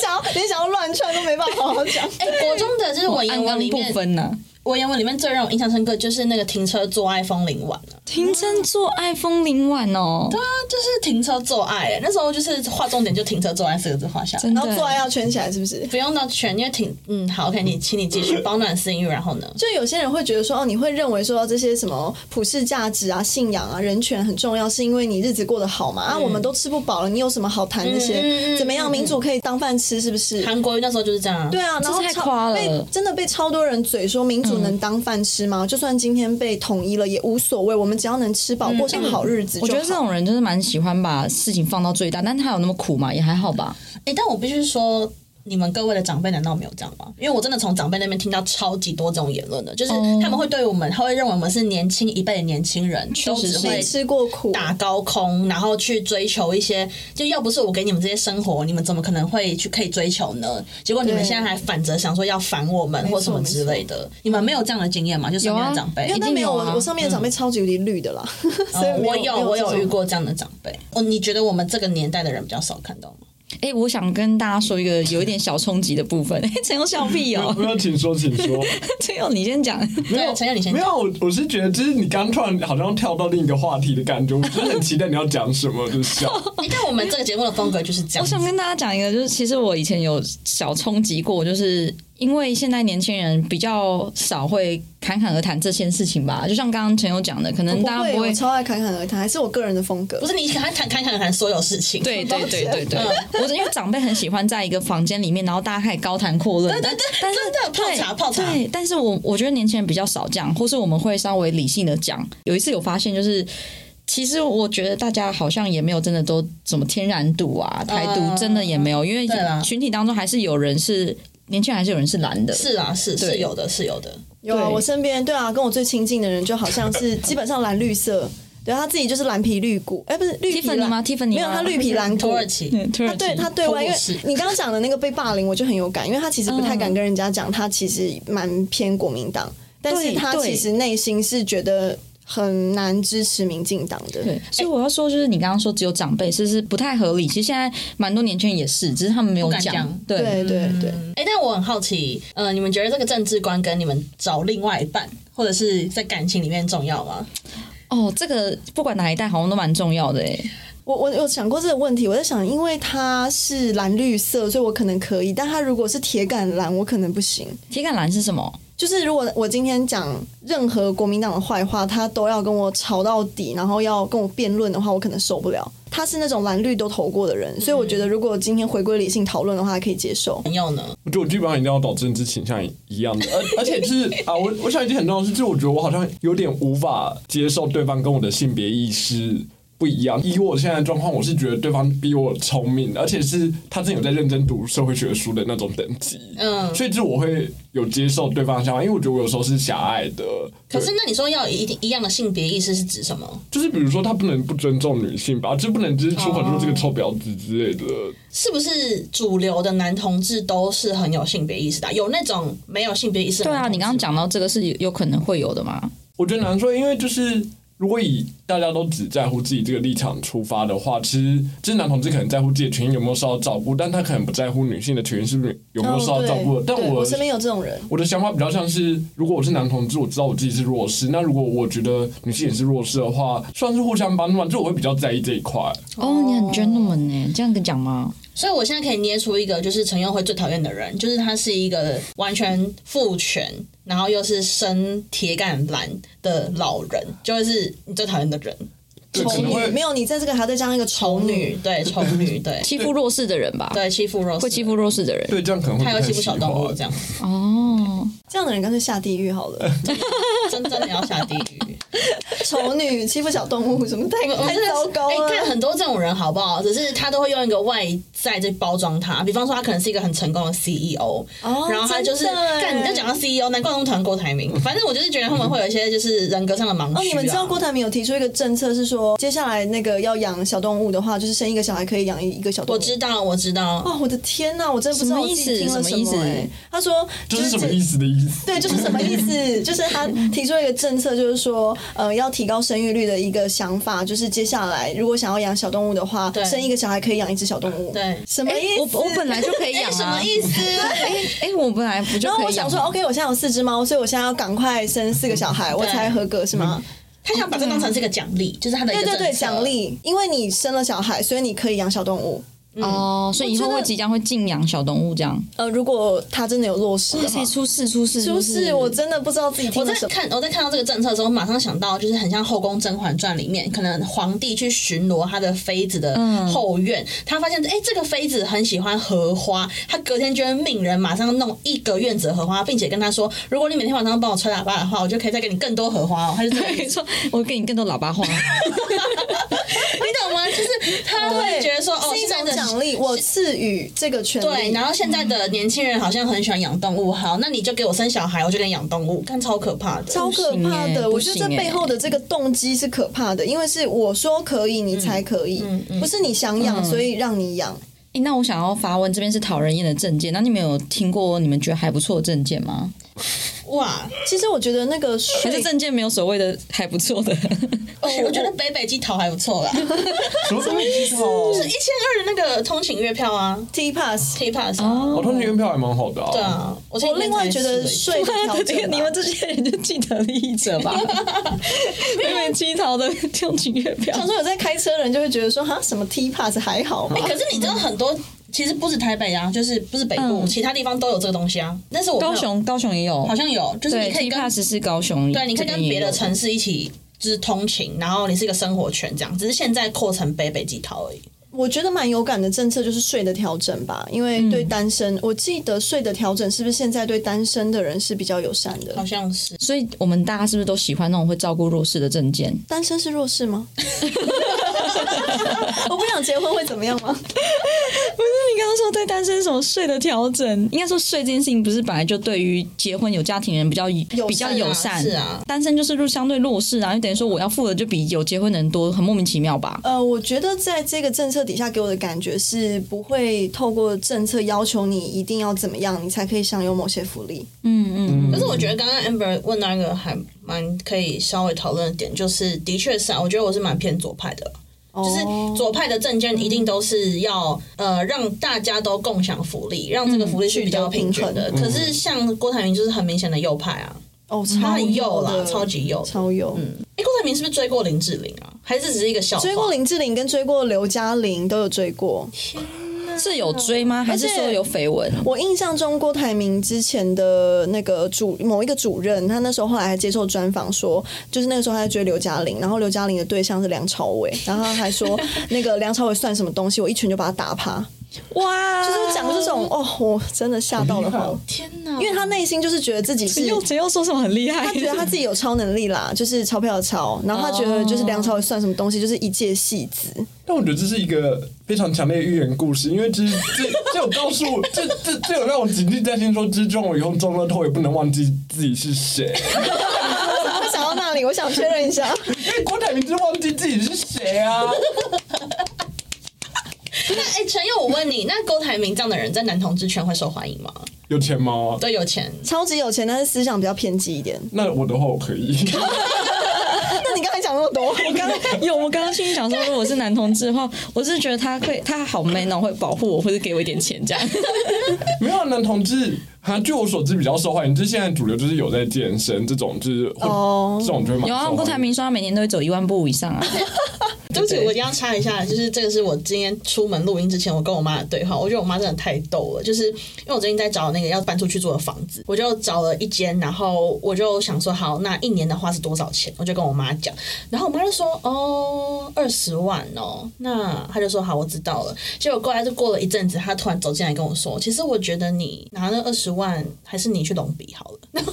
S3: 想要连想要乱串都没办法好好讲。
S1: 哎、国中的就是文言文里
S2: 不
S1: 面，
S2: 分啊呐。
S1: 文言文里面最让我印象深刻就是那个停车做爱风铃晚啊，
S2: 停真做爱风铃晚哦，
S1: 对啊，就是停车做爱、哎那时候就是画重点就停车做爱四个字画下来。
S2: 真
S3: 然后
S2: 的
S3: 做爱要圈起来，是不是？
S1: 不用到全，因为停，嗯，好，OK，你请你继续保暖私欲，然后呢？
S3: 就有些人会觉得说，哦，你会认为说这些什么普世价值啊、信仰啊、人权很重要，是因为你日子过得好嘛？啊，我们都吃不饱了，你有什么好谈这
S1: 嗯嗯嗯嗯
S3: 些？怎么样，民主可以当饭吃，是不是？
S1: 韩国瑜那时候就是这样啊，
S3: 对啊，然后
S2: 这太
S3: 超
S2: 夸了
S3: 被真的被超多人嘴说民主能当饭吃吗？就算今天被统一了也无所谓，我们只要能吃饱，过上
S1: 嗯
S3: 好日子
S2: 我
S3: 就好。
S2: 觉得这种人就是蛮喜欢把事情放到最大，但他有那么苦嘛，也还好吧。
S1: 哎、但我必须说，你们各位的长辈难道没有这样吗？因为我真的从长辈那边听到超级多这种言论的，就是
S2: 哦
S1: 他们会对我们，他会认为我们是年轻一辈的年轻人，都
S2: 实
S1: 只
S2: 是
S1: 会
S3: 没吃过苦，
S1: 打高空，然后去追求一些，就要不是我给你们这些生活，你们怎么可能会去可以追求呢？结果你们
S3: 对
S1: 现在还反着想说要烦我们
S3: 没错
S1: 或什么之类的，你们没有这样的经验吗？就身边的长辈
S2: 有啊
S3: 因为。
S2: 一
S3: 那
S2: 定
S3: 没有
S2: 有啊
S3: 我，我上面的长辈超级无敌绿的啦， 所以
S1: 嗯哦
S3: 没
S1: 我有
S3: 没
S1: 我
S3: 这
S1: 有
S3: 种
S1: 遇过这样的长辈，哦，你觉得我们这个年代的人比较少看到吗？
S2: 哎、我想跟大家说一个有一点小冲击的部分。哎、陈佑笑屁
S4: 不
S2: 哦，
S4: 要，请说，请说。
S2: 陈佑你先讲。
S4: 没有，
S1: 对陈佑你先
S4: 没有，我我是觉得，就是你刚突然好像跳到另一个话题的感觉，我真的很期待你要讲什么，就是笑。
S1: 你看我们这个节目的风格就是这样
S2: 我
S1: 子
S2: 想。跟大家讲一个，就是其实我以前有小冲击过，就是因为现在年轻人比较少会侃侃而谈这件事情吧。就像刚刚陈友讲的，可能
S3: 不
S2: 大家
S3: 会，
S2: 不
S3: 我
S2: 会。
S3: 超爱侃侃而谈，还是我个人的风格。
S1: 不是你看谈侃侃谈所有事情，
S2: 对对对对对，
S1: 嗯
S2: 我因为长辈很喜欢在一个房间里面，然后大家开始高谈阔论。
S1: 对对对
S2: 但是
S1: 真的泡
S2: 对
S1: 茶泡茶
S2: 对，但是我我觉得年轻人比较少这样，或是我们会稍微理性的讲。有一次有发现就是。其实我觉得大家好像也没有真的都怎么天然独啊、台独，
S3: 呃
S1: 嗯
S2: 真的也没有，因为
S1: 对啦
S2: 群体当中还是有人是年轻人，还是有人是蓝的。
S1: 是啊是
S2: 对
S1: 是有的是有的，
S3: 有啊，
S2: 对
S3: 我身边对啊，跟我最亲近的人就好 像是基本上蓝绿色，对他自己就是蓝皮绿骨，哎，不是绿皮
S2: Tiffany
S3: 蓝
S2: 吗？Tiffany 吗
S3: 没有，他绿皮蓝
S1: 土
S3: 骨。
S1: 耳其
S2: 嗯，土耳
S3: 他
S2: 其
S3: 对他对外，因为
S1: 土耳其
S3: 你刚刚讲的那个被霸凌，我就很有感，因为他其实不
S2: 嗯
S3: 太敢跟人家讲，他其实蛮偏国民党，但是
S2: 对
S3: 他
S2: 对
S3: 其实内心是觉得很难支持民进党的。
S2: 对，所以我要说，就是你刚刚说只有长辈，是不是不太合理？其实现在蛮多年轻人也是，只是他们没有
S1: 不敢讲
S2: 对，
S3: 对对对，
S1: 哎、但我很好奇，呃，你们觉得这个政治观跟你们找另外一半，或者是在感情里面重要吗？
S2: 哦，这个不管哪一代好像都蛮重要的哎。
S3: 我我有想过这个问题，我在想，因为它是蓝绿色，所以我可能可以，但它如果是铁杆蓝，我可能不行。
S2: 铁杆蓝是什么？
S3: 就是如果我今天讲任何国民党的坏话，他都要跟我吵到底，然后要跟我辩论的话，我可能受不了。他是那种蓝绿都投过的人，所以我觉得如果今天回归理性讨论的话，还可以接受。
S1: 朋友呢？
S4: 我觉得我基本上一定要导政治倾向一样的，而而且就是啊，我我想一件很重要的事，就是我觉得我好像有点无法接受对方跟我的性别意识不一样。以我现在的状况，我是觉得对方比我聪明，而且是他真的有在认真读社会学书的那种等级，
S1: 嗯，
S4: 所以就是我会有接受对方的想法，因为我觉得我有时候是狭隘的。
S1: 可是
S4: 对
S1: 那你说要有一定一样的性别意识是指什么？
S4: 就是比如说，他不能不尊重女性吧，就不能就是出口就是这个臭婊子之类的。
S1: 是不是主流的男同志都是很有性别意识的啊？有那种没有性别意识的
S2: 对
S1: 男
S2: 啊，
S1: 同志
S2: 你刚刚讲到这个是有有可能会有的嘛？
S4: 我觉得难说，因为就是如果以大家都只在乎自己这个立场出发的话，其实其实男同志可能在乎自己的权益有没有受到照顾，但他可能不在乎女性的权益是不是有没有受到照顾。
S3: 哦对
S4: 但
S3: 对
S4: 我
S3: 我身边有这种人，
S4: 我的想法比较像是，如果我是男同志，我知道我自己是弱势，那如果我觉得女性也是弱势的话，算是互相帮助嘛，就我会比较在意这一块。
S2: 哦，你很 gentleman 呢，这样跟讲吗？
S1: 所以我现在可以捏出一个，就是陈宥辉最讨厌的人，就是他是一个完全父权，然后又是生铁杆蓝的老人，就是你最讨厌的人，
S4: 对，可
S3: 丑
S4: 能
S3: 女
S4: 会
S3: 没有你在这个还在加上一个
S1: 丑
S3: 丑
S1: 女
S3: 女，，
S1: 对， 丑女，对，
S2: 欺负弱势的人吧，
S1: 对，欺负弱势，
S2: 会欺负，弱势的人。
S4: 对这样可能会
S1: 他
S4: 不
S1: 又
S4: 太
S1: 欺负
S4: 喜
S1: 小
S4: 欢
S1: 动物，这样，
S2: 哦，
S3: 这样的人干脆下地狱好 了。
S1: 真真的要下地狱。
S3: 丑女欺负小动物，什么太
S1: 我
S3: 太
S1: 真的
S3: 糟糕
S1: 哎、看
S3: 了。
S1: 很多这种人好不好？只是他都会用一个外在去包装他，比方说他可能是一个很成功的 CEO，、
S3: 哦
S1: 然后他就是
S3: 真的哎
S1: 干，你就讲到 CEO，难怪我那么讨厌郭台铭。反正我就是觉得他们会有一些就是人格上的盲区、啊。
S3: 哦，你们知道郭台铭有提出一个政策是说，接下来那个要养小动物的话，就是生一个小孩可以养一个小动物。
S1: 我知道，我知道。
S3: 哦，我的天呐，我真的不知道我自己听了
S2: 什
S3: 什
S2: 么意思
S3: 么、
S2: 什么意思
S3: 哎，他说
S4: 这是什
S3: 这
S4: 么意思的意 思？
S3: 对，就是什么意思？就是他提出一个政策，就是说，呃，要提高生育率的一个想法，就是接下来如果想要养小动物的话
S1: 对，
S3: 生一个小孩可以养一只小动物。
S1: 对
S3: 什么
S2: 哎
S3: 意，
S2: 我
S3: 思？
S2: 我本来就可以
S1: 哎、
S2: 养
S1: 什
S2: 啊
S1: 么。意思？
S2: 哎，我哦本来不就
S3: 然后
S2: 可
S3: 我
S2: 以养
S3: 想
S2: 吗？
S3: 说，OK，我现在有四只猫，所以我现在要赶快生四个小孩，我才合格是吗？
S2: 嗯
S1: 他想把这当成是一个奖励，就是他的一个
S3: 对对对，
S1: 政策
S3: 奖。励，因为你生了小孩，所以你可以养小动物。
S2: 哦，所以以后会即将会禁养小动物这样。
S3: 呃，如果它真的有落实
S2: 哇
S3: 的话
S2: 塞，，出事出事
S3: 是不 是？我真的不知道自己听
S1: 我在
S3: 了什么。
S1: 看我在看到这个政策的时候，马上想到就是很像《后宫甄嬛传》里面，可能皇帝去巡逻他的妃子的
S3: 嗯
S1: 后院，他发现哎、这个妃子很喜欢荷花，他隔天就会命人马上弄一个院子的荷花，并且跟他说，如果你每天晚上帮我吹喇叭的话，我就可以再给你更多荷花哦。他就这 个意
S2: 你
S1: 思
S2: 说我给你更多喇叭话，
S1: 你懂吗？就是他会觉得说哦，
S3: 是一
S1: 现在
S3: 种
S1: 的
S3: 奖励，嗯我赐予这个权
S1: 对，
S3: 利
S1: 然。后现在的年轻人好像很喜欢养动物，好，那你就给我生小孩，我就给你养动物，看超可怕的。
S3: 超可怕
S2: 不行欸
S3: 的！我觉得
S2: 不
S3: 这
S2: 行欸
S3: 背后的这个动机是可怕的，因为是我说可以，你才可以，不是你想养所以让你养。
S2: 诶那我想要发问，这边是讨人厌的证件，那你们有听过你们觉得还不错的证件吗？
S1: 哇，
S3: 其实我觉得那个
S2: 可是
S3: 税，
S2: 证件没有所谓的还不错的，
S1: 哦我觉得北北基桃还不错啦，
S4: 什么意
S1: 一
S4: 思？
S1: 千二的那个通勤月票啊
S3: T Pass，
S1: ，T Pass 啊
S2: 哦
S4: 我通勤月票还蛮好的啊。
S1: 对啊，我前
S3: 我
S1: 几天
S3: 另外
S1: 才
S3: 觉得
S1: 试
S3: 税的调整啊，
S2: 你们这些人就既得利益者 吧，因为乞讨的用情月票
S3: 想说有在开车的人就会觉得说，哈，什么 T Pass 还好嘛
S1: 了一次。哎，可是你知道很多，其实不止台北啊，就是不是北部，
S2: 嗯
S1: 其他地方都有这个东西啊。但是我朋
S2: 高
S1: 友
S2: 雄高雄也有
S1: 好，像有，就是
S2: 对
S1: 你可以
S2: ，T
S1: 跟
S2: Pass 是高雄，
S1: 对，啊你可以跟别的
S2: 城。
S1: 城市一起。就是通勤，然后你是一个生活圈这样，只是现在扩成北北基桃而已。
S3: 我觉得蛮有感的政策就是税的调整吧，因为对单身，我记得税的调整是不是现在对单身的人是比较友善的
S1: 好？像是。
S2: 所以我们大家是不是都喜欢那种会照顾弱势的证件？
S3: 单身是弱势吗？ 我不想结婚会怎么样吗？
S2: 你刚刚说对单身什么税的调整，应该说税这件事情不是本来就对于结婚有家庭人比较
S3: 友
S2: 比较友善，
S1: 是啊，
S2: 单身就是入相对弱势啊，就等于说我要付的就比有结婚的人多，很莫名其妙吧？
S3: 呃，我觉得在这个政策底下给我的感觉是不会透过政策要求你一定要怎么样，你才可以享有某些福利。
S2: 嗯嗯，
S1: 可是我觉得刚刚 Amber 问那个还蛮可以稍微讨论的点，就是的确是啊，我觉得我是蛮偏左派的，就是
S3: 哦
S1: 左派的政见一定都是要呃让大家都共享福利，让这个福利是比较平均
S3: 嗯
S1: 的。可是像郭台铭就是很明显的右派啊，
S3: 哦，
S1: 他
S3: 超嗯
S1: 很右啦，
S3: 的
S1: 超级右。
S3: 超有。
S1: 哎、郭台铭是不是追过林志玲啊？还是只是一个笑话？
S3: 追过林志玲跟追过刘嘉玲都有追过。
S2: 是有追吗？还是说有绯闻？
S3: 我印象中，郭台铭之前的那个主某一个主任，他那时候后来还接受专访说，就是那个时候他在追刘嘉玲，然后刘嘉玲的对象是梁朝伟，然后他还说那个梁朝伟算什么东西，我一拳就把他打趴。
S2: 哇，
S3: 就是讲这种哦，我真的吓到了
S4: 很厉害
S3: 慌，
S1: 天哪！
S3: 因为他内心就是觉得自己是。
S2: 陈又说什么很厉害
S3: 他觉 得他自己有超能力啦， 就是钞票的钞，然后他觉得就是梁朝伟算什么东西，就是一介戏子。
S4: 但我觉得这是一个非常强烈的寓言故事，因为这 这这有告诉这这这有让我谨记在心说，这让我以后中了头也不能忘记自己是谁。
S3: 他想到那里，我想确认一下。
S4: 因为郭台铭就是忘记自己是谁啊。
S1: 那哎，陈、佑，我问你，那郭台铭这样的人在男同志圈会受欢迎吗？
S4: 有钱吗？
S1: 对，有钱，
S3: 超级有钱，但是思想比较偏激一点。
S4: 那我的话我可以。
S3: 那你刚才讲那么多，我刚才
S2: 有，我刚刚心里想说，如果是男同志的话，我是觉得他会，他好 man 哦，会保护我，或者给我一点钱这样。
S4: 没有啊男同志，哈，据我所知比较受欢迎，就是现在主流就是有在健身这种，就是会、
S3: 哦
S4: 这种就会 蛮
S2: 有啊，
S4: 受欢迎
S2: 郭台铭说他每年都会走一万步以上啊。
S1: 对不起，我一定要插一下，就是这个是我今天出门录音之前我跟我妈的对话。我觉得我妈真的太逗了，就是因为我最近在找那个要搬出去住的房子，我就找了一间，然后我就想说，好，那一年的话是多少钱？我就跟我妈讲，然后我妈就说，哦，二十万哦。那她就说，好，我知道了。结果过来就过了一阵子，她突然走进来跟我说，其实我觉得你拿那二十万，还是你去隆鼻好了。然后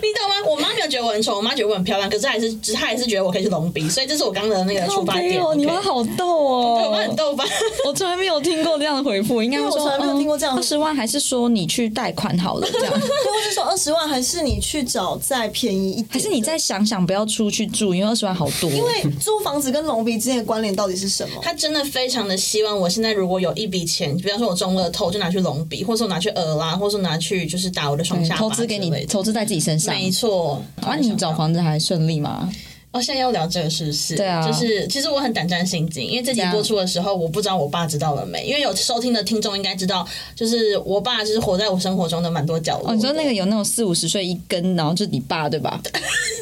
S1: 你懂吗？我妈没有觉得我很丑，我妈觉得我很漂亮，可是还是，只是她还是觉得我可以去隆鼻，所以这是我刚刚的那个出发点。
S2: 哦，你
S1: 们
S2: 们，好逗
S1: 对我妈很
S2: 哦！
S1: 逗吧？
S2: 我从来没有听过这样的回复，应该会
S3: 对我
S2: 说
S3: 从来没有听过这样的
S2: 二十万还是说你去贷款好了这 样，
S3: 对，或是说二十万，还是你去找再便宜一点？
S2: 还是你再想想不要出去住，因为二十万好多。
S3: 因为租房子跟隆鼻之间的关联到底是什么？
S1: 她真的非常的希望我现在如果有一笔钱，比方说我中了头就拿去隆鼻，或者说拿去耳啦，或者说拿去就是打我的双下巴，
S2: 嗯投资给你，。投资在自己身上。
S1: 没错，
S2: 啊，你找房子还顺利吗？
S1: 哦，现在要聊这个是不是？
S2: 对啊
S1: 就是其实我很胆战心惊，因为这集
S2: 对啊
S1: 播出的时候，我不知道我爸知道了没，因为有收听的听众应该知道，就是我爸就是活在我生活中的蛮多角落的。
S2: 哦，你说那个有那种四五十岁一根，然后就你爸对吧？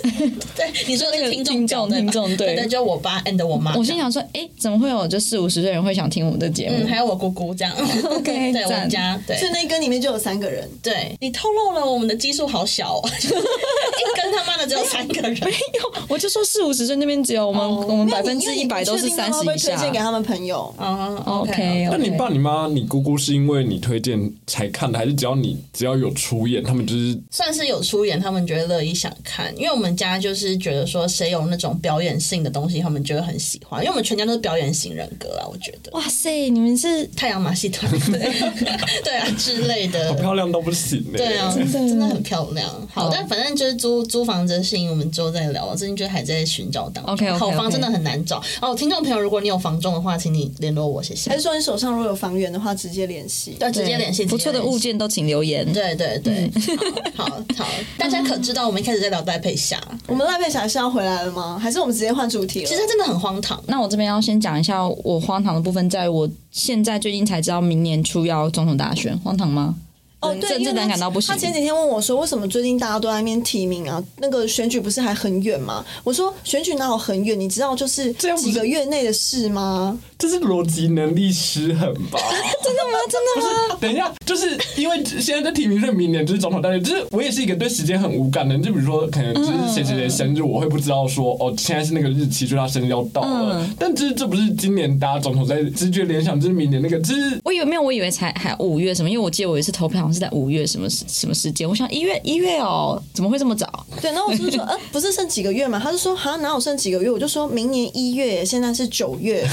S1: 对，你说的是听众角
S2: 听众
S1: 对吧
S2: 听众对
S1: 对对，就我爸 and 我妈。
S2: 我心想说，哎、怎么会有就四五十岁人会想听我们的节目？
S1: 嗯，还有我姑姑 这样。
S2: OK，
S1: 对，我们
S2: 赞
S1: 家对
S3: 所以那一根里面就有三个人，
S1: 对，你透露了我们的基数好小、哦， 一根他妈的只有三个人。
S2: 没有，我就说四五十岁那边只有我们、我们
S3: 那
S2: 百
S3: 哦你
S2: 分之一百都是三十
S3: 因为
S2: 以
S3: 你不确定他会不会推
S2: 下。
S3: 荐给他们朋友。
S1: 哦
S2: OK，
S4: 那你爸、你妈、你姑姑是因为你推荐才看的，还是只要你只要有出演，他们就是
S1: 算是有出演，他们觉得乐意想看，因为我们家就是觉得说谁有那种表演性的东西，他们觉得很喜欢，因为我们全家都是表演型人格啊，我觉得。
S2: 哇塞，你们是
S1: 太阳马戏 团，对对啊之类的，
S4: 漂亮到不行欸呢、
S1: 对啊，
S2: 的
S1: 真的很漂亮。好，
S2: 好
S1: 但反正就是租租房子的事情，我们之后再聊。我最近就还在寻找当中
S2: OK，OK，OK
S1: 好房真的很难找。哦，听众朋友，如果你有房中的话，请你联络我，谢
S3: 还
S1: 谢。
S3: 是说你手上如果有房源的话，直接联系？
S1: 对，直接联系
S2: 不错的物。件都请留言。
S1: 直接联系对对
S3: 嗯
S1: 对， 好好好，大家可知道我们一开始在聊戴佩霞，
S3: 我们赖佩霞是要回来了吗？还是我们直接换主题了？
S1: 其实她真的很荒唐。
S2: 那我这边要先讲一下我荒唐的部分，在于我现在最近才知道明年初要总统大选，荒唐吗？
S3: 哦，
S2: 政
S3: 对，
S2: 政
S3: 因
S2: 治
S3: 为
S2: 胆
S3: 他
S2: 感到不行
S3: 他前几天问我说，为什么最近大家都在那边提名啊？那个选举不是还很远吗？我说选举哪有很远？你知道就是
S4: 这样不是
S3: 几个月内的事吗？
S4: 这是逻辑能力失衡吧？真的吗？
S3: 啊
S4: 真的吗？等一下，就是因为现在在提名是明年就是总统大选，就是我也是一个对时间很无感的人。就比如说，可能就是谁谁谁生日，我会不知道说哦，现在是那个日期，就是他生日要到了。但这这不是今年大家总统在直觉联想，就是明年那个，就是
S2: 我以为没有，我以为才还五月什么，因为我记得我有一次投票好像是在五月什么时什么时间，我想一月一月哦，怎么会这么早？
S3: 对，然后我就说，呃，不是剩几个月嘛？他就说，哈，哪有剩几个月？我就说明年一月，现在是九月。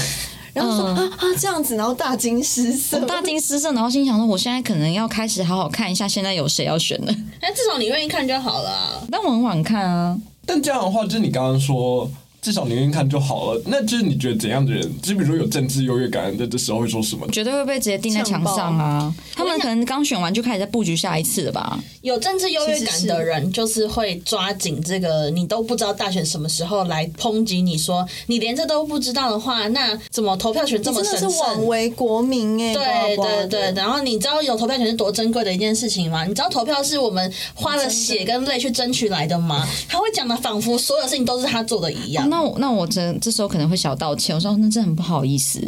S3: 然后说
S2: 嗯
S3: 啊啊这样子，然后大惊失色。
S1: 哦
S2: 我大惊失色，然后心想说，我现在可能要开始好好看一下，现在有谁要选了。
S1: 哎，至少你愿意看就好了啊。
S2: 但我很晚看啊，
S4: 但这样的话，就是你刚刚说。至少你愿意看就好了。那就是你觉得怎样的人，就比如说有政治优越感的人，在这时候会说什么？
S2: 绝对会被直接钉在墙上啊！他们可能刚选完就开始在布局下一次了吧？
S1: 有政治优越感的人，就是会抓紧这个，你都不知道大选什么时候来抨击你说，你连这都不知道的话，那怎么投票权这
S3: 你
S1: 么
S3: 真的
S1: 神
S3: 是枉
S1: 圣？
S3: 为国民哎、
S1: 对
S3: 呱呱
S1: 对
S3: 的
S1: 对，然后你知道有投票权是多珍贵的一件事情吗？你知道投票是我们花了血跟泪去争取来的吗？他会讲的仿佛所有事情都是他做的一样。
S2: 那我那我这这时候可能会小道歉，我说哦那真的很不好意思，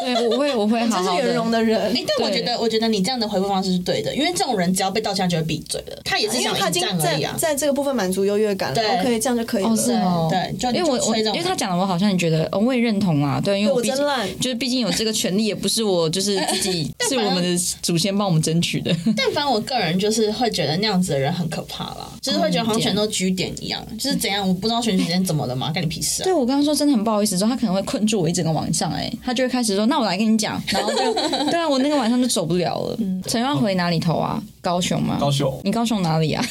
S2: 对，我会我会好
S3: 这是
S2: 好
S3: 圆融
S2: 的。
S3: 的人
S1: 哎、。但我觉得，我觉得你这样的回复方式是对的，因为这种人只要被道歉，他就会闭嘴了。他也是
S3: 因
S1: 想
S3: 为他已
S1: 赢
S3: 经
S1: 战而
S3: 在
S1: 已啊。
S3: 在这个部分满足优越感了
S1: 对
S3: ，OK，这样就可以了。
S2: 哦，是哦，
S1: 对对就
S2: 因为我
S1: 就
S2: 我
S1: 吹这
S2: 因
S1: 种
S2: 为他讲的，我好像也觉得，哦，我也认同啦，对，因为
S3: 对我
S2: 毕
S3: 真
S2: 竟
S3: 烂
S2: 就是毕竟有这个权利，也不是我就是自己是我们的祖先帮我们争取的。
S1: 但凡我个人就是会觉得那样子的人很可怕啦，就是会觉得好像全都居点一样，就是怎样，我不知道选举时间怎么了嘛，干你屁事啊
S2: 对！我刚刚说真的很不好意思之后，他可能会困住我一整个晚上、哎，他就会开始说，那我来跟你讲，然后就对啊，我那个晚上就走不了了。陈耀回哪里投啊？高雄吗？
S4: 高雄
S2: 你高雄哪里啊？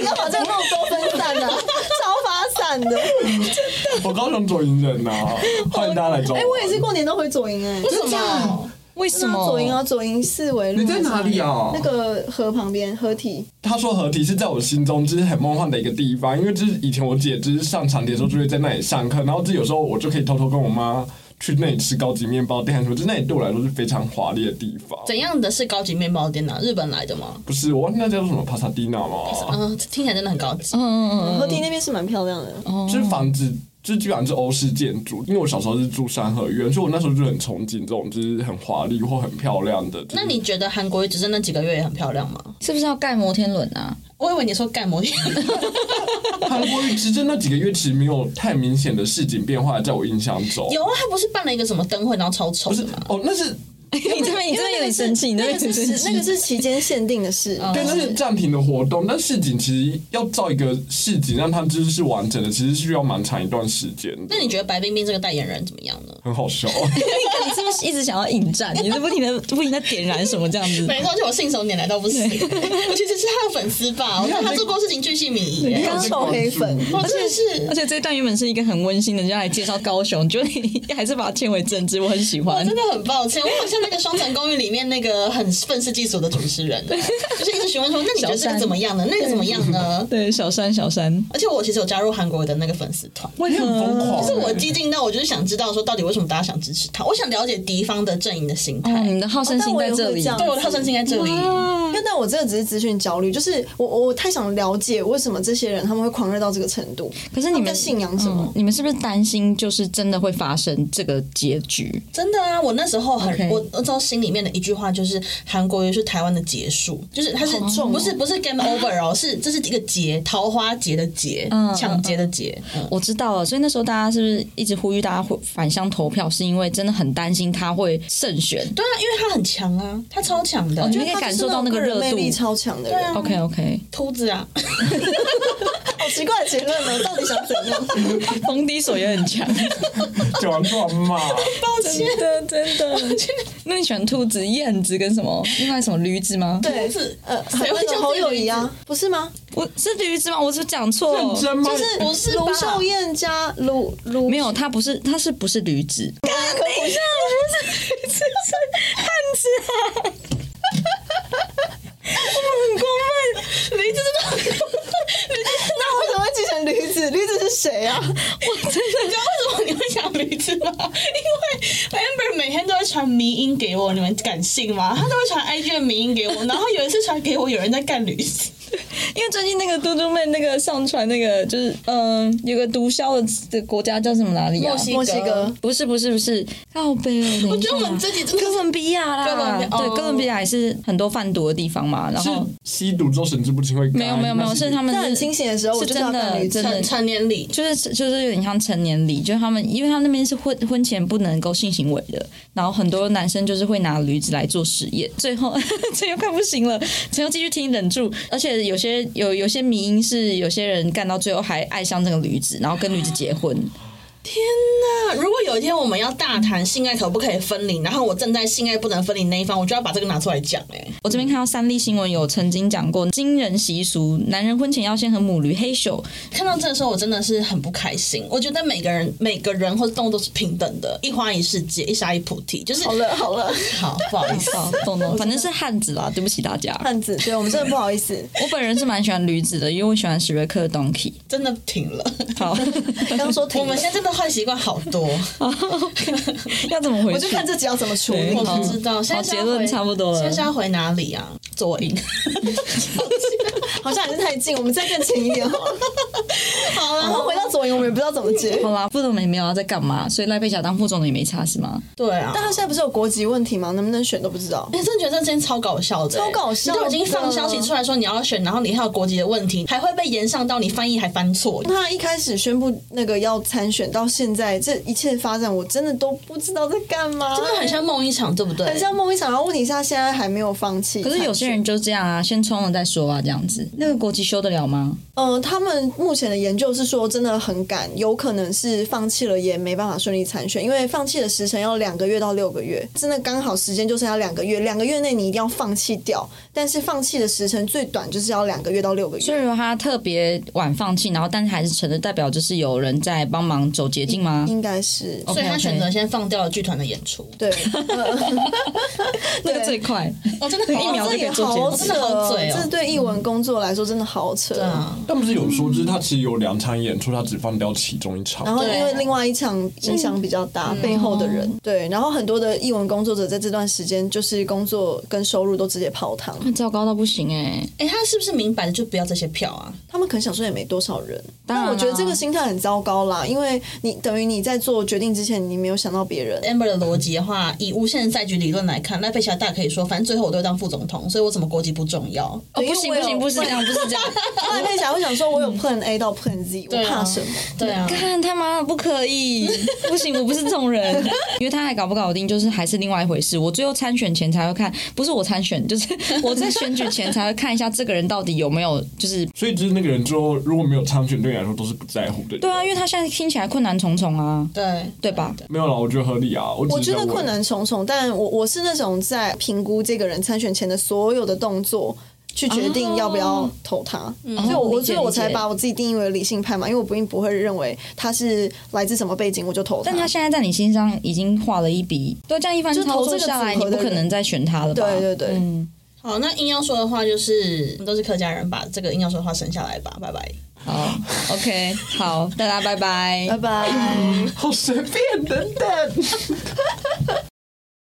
S3: 你要把这个弄多分散啊，超发散的。
S4: 我高雄左营人呐、啊欢迎大家来找我。
S3: 哎，我也是过年都回左营哎，
S1: 为什么？
S2: 为
S3: 是
S2: 什
S3: 啊，
S2: 么？
S3: 左营啊，左营四维路。
S4: 你在哪里啊
S3: 那个河旁边，河体。
S4: 他说合体是在我心中就是很梦幻的一个地方，因为就是以前我姐就是上场的时候就会在那里上课，然后就有时候我就可以偷偷跟我妈去那里吃高级面包店什么，就那里对我来说是非常华丽的地方。
S1: 怎样的是高级面包店呢、啊日本来的吗？
S4: 不是，我忘记那叫做什么帕萨蒂娜嘛，
S1: 嗯，这听起来真的很高级。
S2: 嗯嗯
S3: 河堤那边是蛮漂亮的，
S4: 就是房子。就是基本上是欧式建筑，因为我小时候是住山河苑，所以我那时候就很憧憬这种就是很华丽或很漂亮的。就是
S1: 那你觉得韩国瑜只剩那几个月也很漂亮吗
S2: 嗯？，是不是要盖摩天轮 啊？
S1: 我以为你说盖摩天，
S4: 韩国瑜执政那几个月其实没有太明显的市井变化，在我印象中
S1: 有啊，他不是办了一个什么灯会，然后超丑
S4: 不是
S1: 的吗？
S4: 哦，那是
S2: 你这边你这边有点生气，你这
S3: 那
S2: 边
S3: 个
S2: 有点生
S3: 是时
S2: 气。
S3: 那个是期间限定的事。
S2: 哦
S4: 对，那是暂停的活动。但市井其实要造一个市井，让它就是是完整的，其实是需要蛮长一段时间的
S1: 那。你觉得白冰冰这个代言人怎么样呢？
S4: 很 好笑，
S2: 你是不是一直想要引战？你是不停的不停的点燃什么这样 子？
S1: 没错，就我信手拈来到不行， 我其实是他的粉丝吧，我看他做过事情巨细靡遗耶，
S3: 要臭黑粉，
S1: 哎我真的是
S2: 而。且这一段原本是一个很温馨的，人家来介绍高雄， 就你还是把它牵为政治，我很喜
S1: 我
S2: 欢
S1: 真。的很抱歉，我好像那个《双层公寓》里面那个很愤世嫉俗的主持人，啊 就是一直询问说：“那你觉得这个怎么样呢？那个怎么样呢
S2: 对，小山小山，？”
S1: 而且我其实有加入韩国的那个粉丝团，
S4: 我也很疯
S2: 哦
S4: 狂、
S1: 就
S4: 欸
S1: 是我
S4: 今
S1: 激进到我就是想知道说到底为什么大家想支持他，我想了解敌方的阵营的心
S2: 哦，
S1: 态。
S2: 你的好胜心在这里。
S3: 哦但
S1: 对，我的好胜心在这里。
S3: 因为但我真的只是资讯焦虑，就是我我我太想了解为什么这些人他们会狂热到这个程度。
S2: 可是你
S3: 他
S2: 们
S3: 在信仰什么
S2: 嗯你们是不是担心就是真的会发生这个结局？
S1: 真的啊，我那时候很
S2: OK
S1: 我那时候心里面的一句话就是韩国瑜是台湾的结束，就是它是、
S3: 重哦
S1: 不是不是 game over 哦，是这是一个劫，桃花劫的劫
S2: 嗯，
S1: 抢劫的劫。嗯
S2: 我知道了，所以那时候大家是不是一直呼吁大家会返乡投票，是因为真的很担心他会胜选
S1: 对啊，因为他很强啊，他超强的，
S2: 哦
S1: 就
S2: 你可以感受到那个
S3: 他就是
S2: 热度
S3: 种个人魅力超强的人，
S1: 对啊
S2: ？OK OK，
S1: 秃子 啊，
S3: 好奇怪的结论 呢，到底想怎样？
S2: 风低手也很强，
S4: 讲完就要骂，
S1: 抱歉，
S2: 真的真的。那你喜欢兔子、燕子跟什么？另外什么驴子吗？
S3: 对，
S1: 子
S3: 呃，
S1: 谁会
S3: 那
S1: 叫
S3: 个侯
S1: 自己的
S3: 友 谊啊？不是吗？
S2: 我是驴子吗？我是不是讲错。
S4: 认真吗？
S3: 就是
S1: 不是吧
S3: 卢秀燕加卢卢
S2: 没有，它不是，它是不是驴子？
S3: 等一下，
S2: 啊
S1: 驴子真的很恐怖，驴子
S3: 那为什么会继承驴子？驴子是谁啊？
S1: 我真的，你知道为什么你会想驴子吗？因为 Amber 每天都会传迷音给我，你们敢信吗？他都会传 IG 的迷音给我，然后有一次传给我，有人在干驴子。
S2: 因为最近那个嘟嘟妹那个上传那个就是嗯、有个毒枭的的国家叫什么哪里啊？
S1: 西
S3: 墨西哥，
S2: 不是不是不是，靠北哦。
S1: 我觉得我们
S2: 这
S1: 自己真的
S2: 哥伦比亚啦，
S1: 哥伦比亚
S2: 对，
S1: 哦
S2: 哥伦比亚也是很多贩毒的地方嘛。然
S4: 是
S2: 后
S4: 吸毒之后神志不清会干
S2: 没有没有没有，
S4: 那
S2: 是他们
S3: 在
S2: 是
S3: 很清醒的时候，我
S2: 是
S3: 就知道
S2: 真
S3: 干驴
S2: 的
S3: 子
S2: 真
S1: 成
S2: 的
S1: 成年礼。
S2: 就是就是有点像成年礼，就是他们，因为他们那边是婚婚前不能够性行为的，然后很多男生就是会拿驴子来做实验，最后 陈又快不行了，陈又继续听忍住，而且有些有有些迷因是有些人干到最后还爱上这个驴子，然后跟驴子结婚，
S1: 那如果有一天我们要大谈性爱可不可以分离，然后我站在性爱不能分离那一方，我就要把这个拿出来讲、欸。
S2: 我这边看到三立新闻有曾经讲过惊人习俗，男人婚前要先和母驴嘿咻，
S1: 看到这的时候，我真的是很不开心。我觉得每个人、每个人或者动物都是平等的，一花一世界，一沙一菩提，就是
S3: 好了好了，
S1: 好，不好意思，
S2: 好，哦懂懂，反正是汉子啦，对不起大家。
S3: 汉子，对我们真的不好意思，
S2: 我本人是蛮喜欢驴子的，因为我喜欢史瑞克 Donkey。
S1: 真的停 了。
S2: 好，
S3: 刚说停
S1: 我们现在真的坏习惯好多，
S2: 要怎么回去？
S3: 我就看这集要怎么处理
S2: 对。
S1: 我不知道。现在是要
S2: 结论
S1: 回
S2: 差不多了
S1: 现在是要回哪里啊？左营。
S3: 好像还是太近，我们再更前一 点好了。
S1: 好
S3: 然后
S1: 了，
S3: 回到左营，我们也不知道怎么接。
S2: 好啦，副总也没有要在干嘛，所以赖佩霞当副总的也没差是吗？
S1: 对啊
S3: 但。他现在不是有国籍问题吗？能不能选都不知道。
S1: 哎、真的觉得这真超搞笑的、欸
S3: 超搞笑
S1: 你
S3: 的
S1: 都已经放消息出来说你要选，然后你还有国籍的问题，还会被延上到你翻译还翻错。
S3: 他一开始宣布那个要参选，到现在这一切发展，我真的都不知道在干嘛，
S1: 真的很像梦一场，对不对？
S3: 很像梦一场。然后问你一下，现在还没有放弃
S2: 可
S3: 参选？
S2: 是有些人就这样啊，先冲了再说啊，这样子，那个国籍修得了吗？
S3: 呃，他们目前的研究是说，真的很赶，有可能是放弃了也没办法顺利参选，因为放弃的时程要两个月到六个月，真的刚好时间就剩下两个月，两个月内你一定要放弃掉，但是放弃的时程最短就是要两个月到六个
S2: 所
S3: 月。
S2: 以说他特别晚放弃，然后但是还是成了，代表就是有人在帮忙走捷径吗？
S3: 应该是
S1: 所以他
S2: OK，OK
S1: 选择先放掉了剧团的演出。
S3: 对，呃
S2: 那个最快，
S1: 哦，真的好
S2: 一秒
S3: 这
S2: 就可以
S3: 也
S2: 做节目
S3: 好
S1: 真
S3: 扯
S1: 的好
S2: 嗯
S3: 哦，
S1: 嘴哦
S3: 这对译文工作来说真的好扯。哦
S1: 对啊，
S4: 但不是有说，就是他其实有两场演出，他只放掉其中一场
S3: 然。后因为
S1: 对
S3: 另外一场影响比较
S2: 嗯
S3: 大，背后的人对，然后很多的译文工作者在这段时间就是工作跟收入都直接泡汤。
S2: 糟糕到不行哎、
S1: 哎、他是不是明摆的就不要这些票啊？
S3: 他们可能想说也没多少人，
S2: 当然
S3: 但
S2: 啦
S3: 我觉得这个心态很糟糕啦，因为你等于你在做决定之前，你没有想到别人。
S1: Amber 的逻辑的话，以无限赛局理论来看，赖佩霞大可以说，反正最后我都会当副总统，所以我怎么国籍不重要。
S2: 哦，
S3: 对
S2: 不行
S3: 因
S2: 不
S3: 为
S2: 行，嗯
S3: 我
S2: 不是这样，不是这样。
S3: 赖佩霞会想说，我有 Plan A 到 Plan Z，
S1: 对
S3: 我
S1: 啊
S3: 怕什么？
S1: 对啊，
S2: 看他妈的不可以， 不行，我不是这种人，因为他还搞不搞定，就是还是另外一回事。我最后参选前才会看，不是我参选， 就是我在选举前才会看一下这个人到底有没有，就是
S4: 所以就是那个人之后如果没有参选，对你来说都是不在乎的。
S2: 对啊，因为他现在听起来困难重重啊，
S1: 对
S2: 对吧？
S4: 没有啦，我觉得合理啊。我
S3: 我
S4: 我
S3: 觉得困。难重重，但我我是那种在评估这个人参选前的所有的动作。去决定要不要投他，所以我我
S2: 哦嗯理解
S3: 所以我
S2: 理
S3: 才
S2: 解
S3: 把我自己定义为理性派嘛，因为我并不会认为他是来自什么背景我就投
S2: 但他现在在你心上已经画了一笔，对，这样一番
S3: 就投
S2: 操作
S3: 这个
S2: 下来，
S3: 组
S2: 你
S3: 合
S2: 不
S3: 的
S2: 可
S3: 人
S2: 能再选他了吧？
S3: 对对对
S2: 嗯，
S1: 好，那硬要说的话就是，我们都是客家人，把这个硬要说的话省下来吧，拜拜。
S2: 好，OK，好，大家拜拜
S3: 拜拜。
S4: 好随便，等等。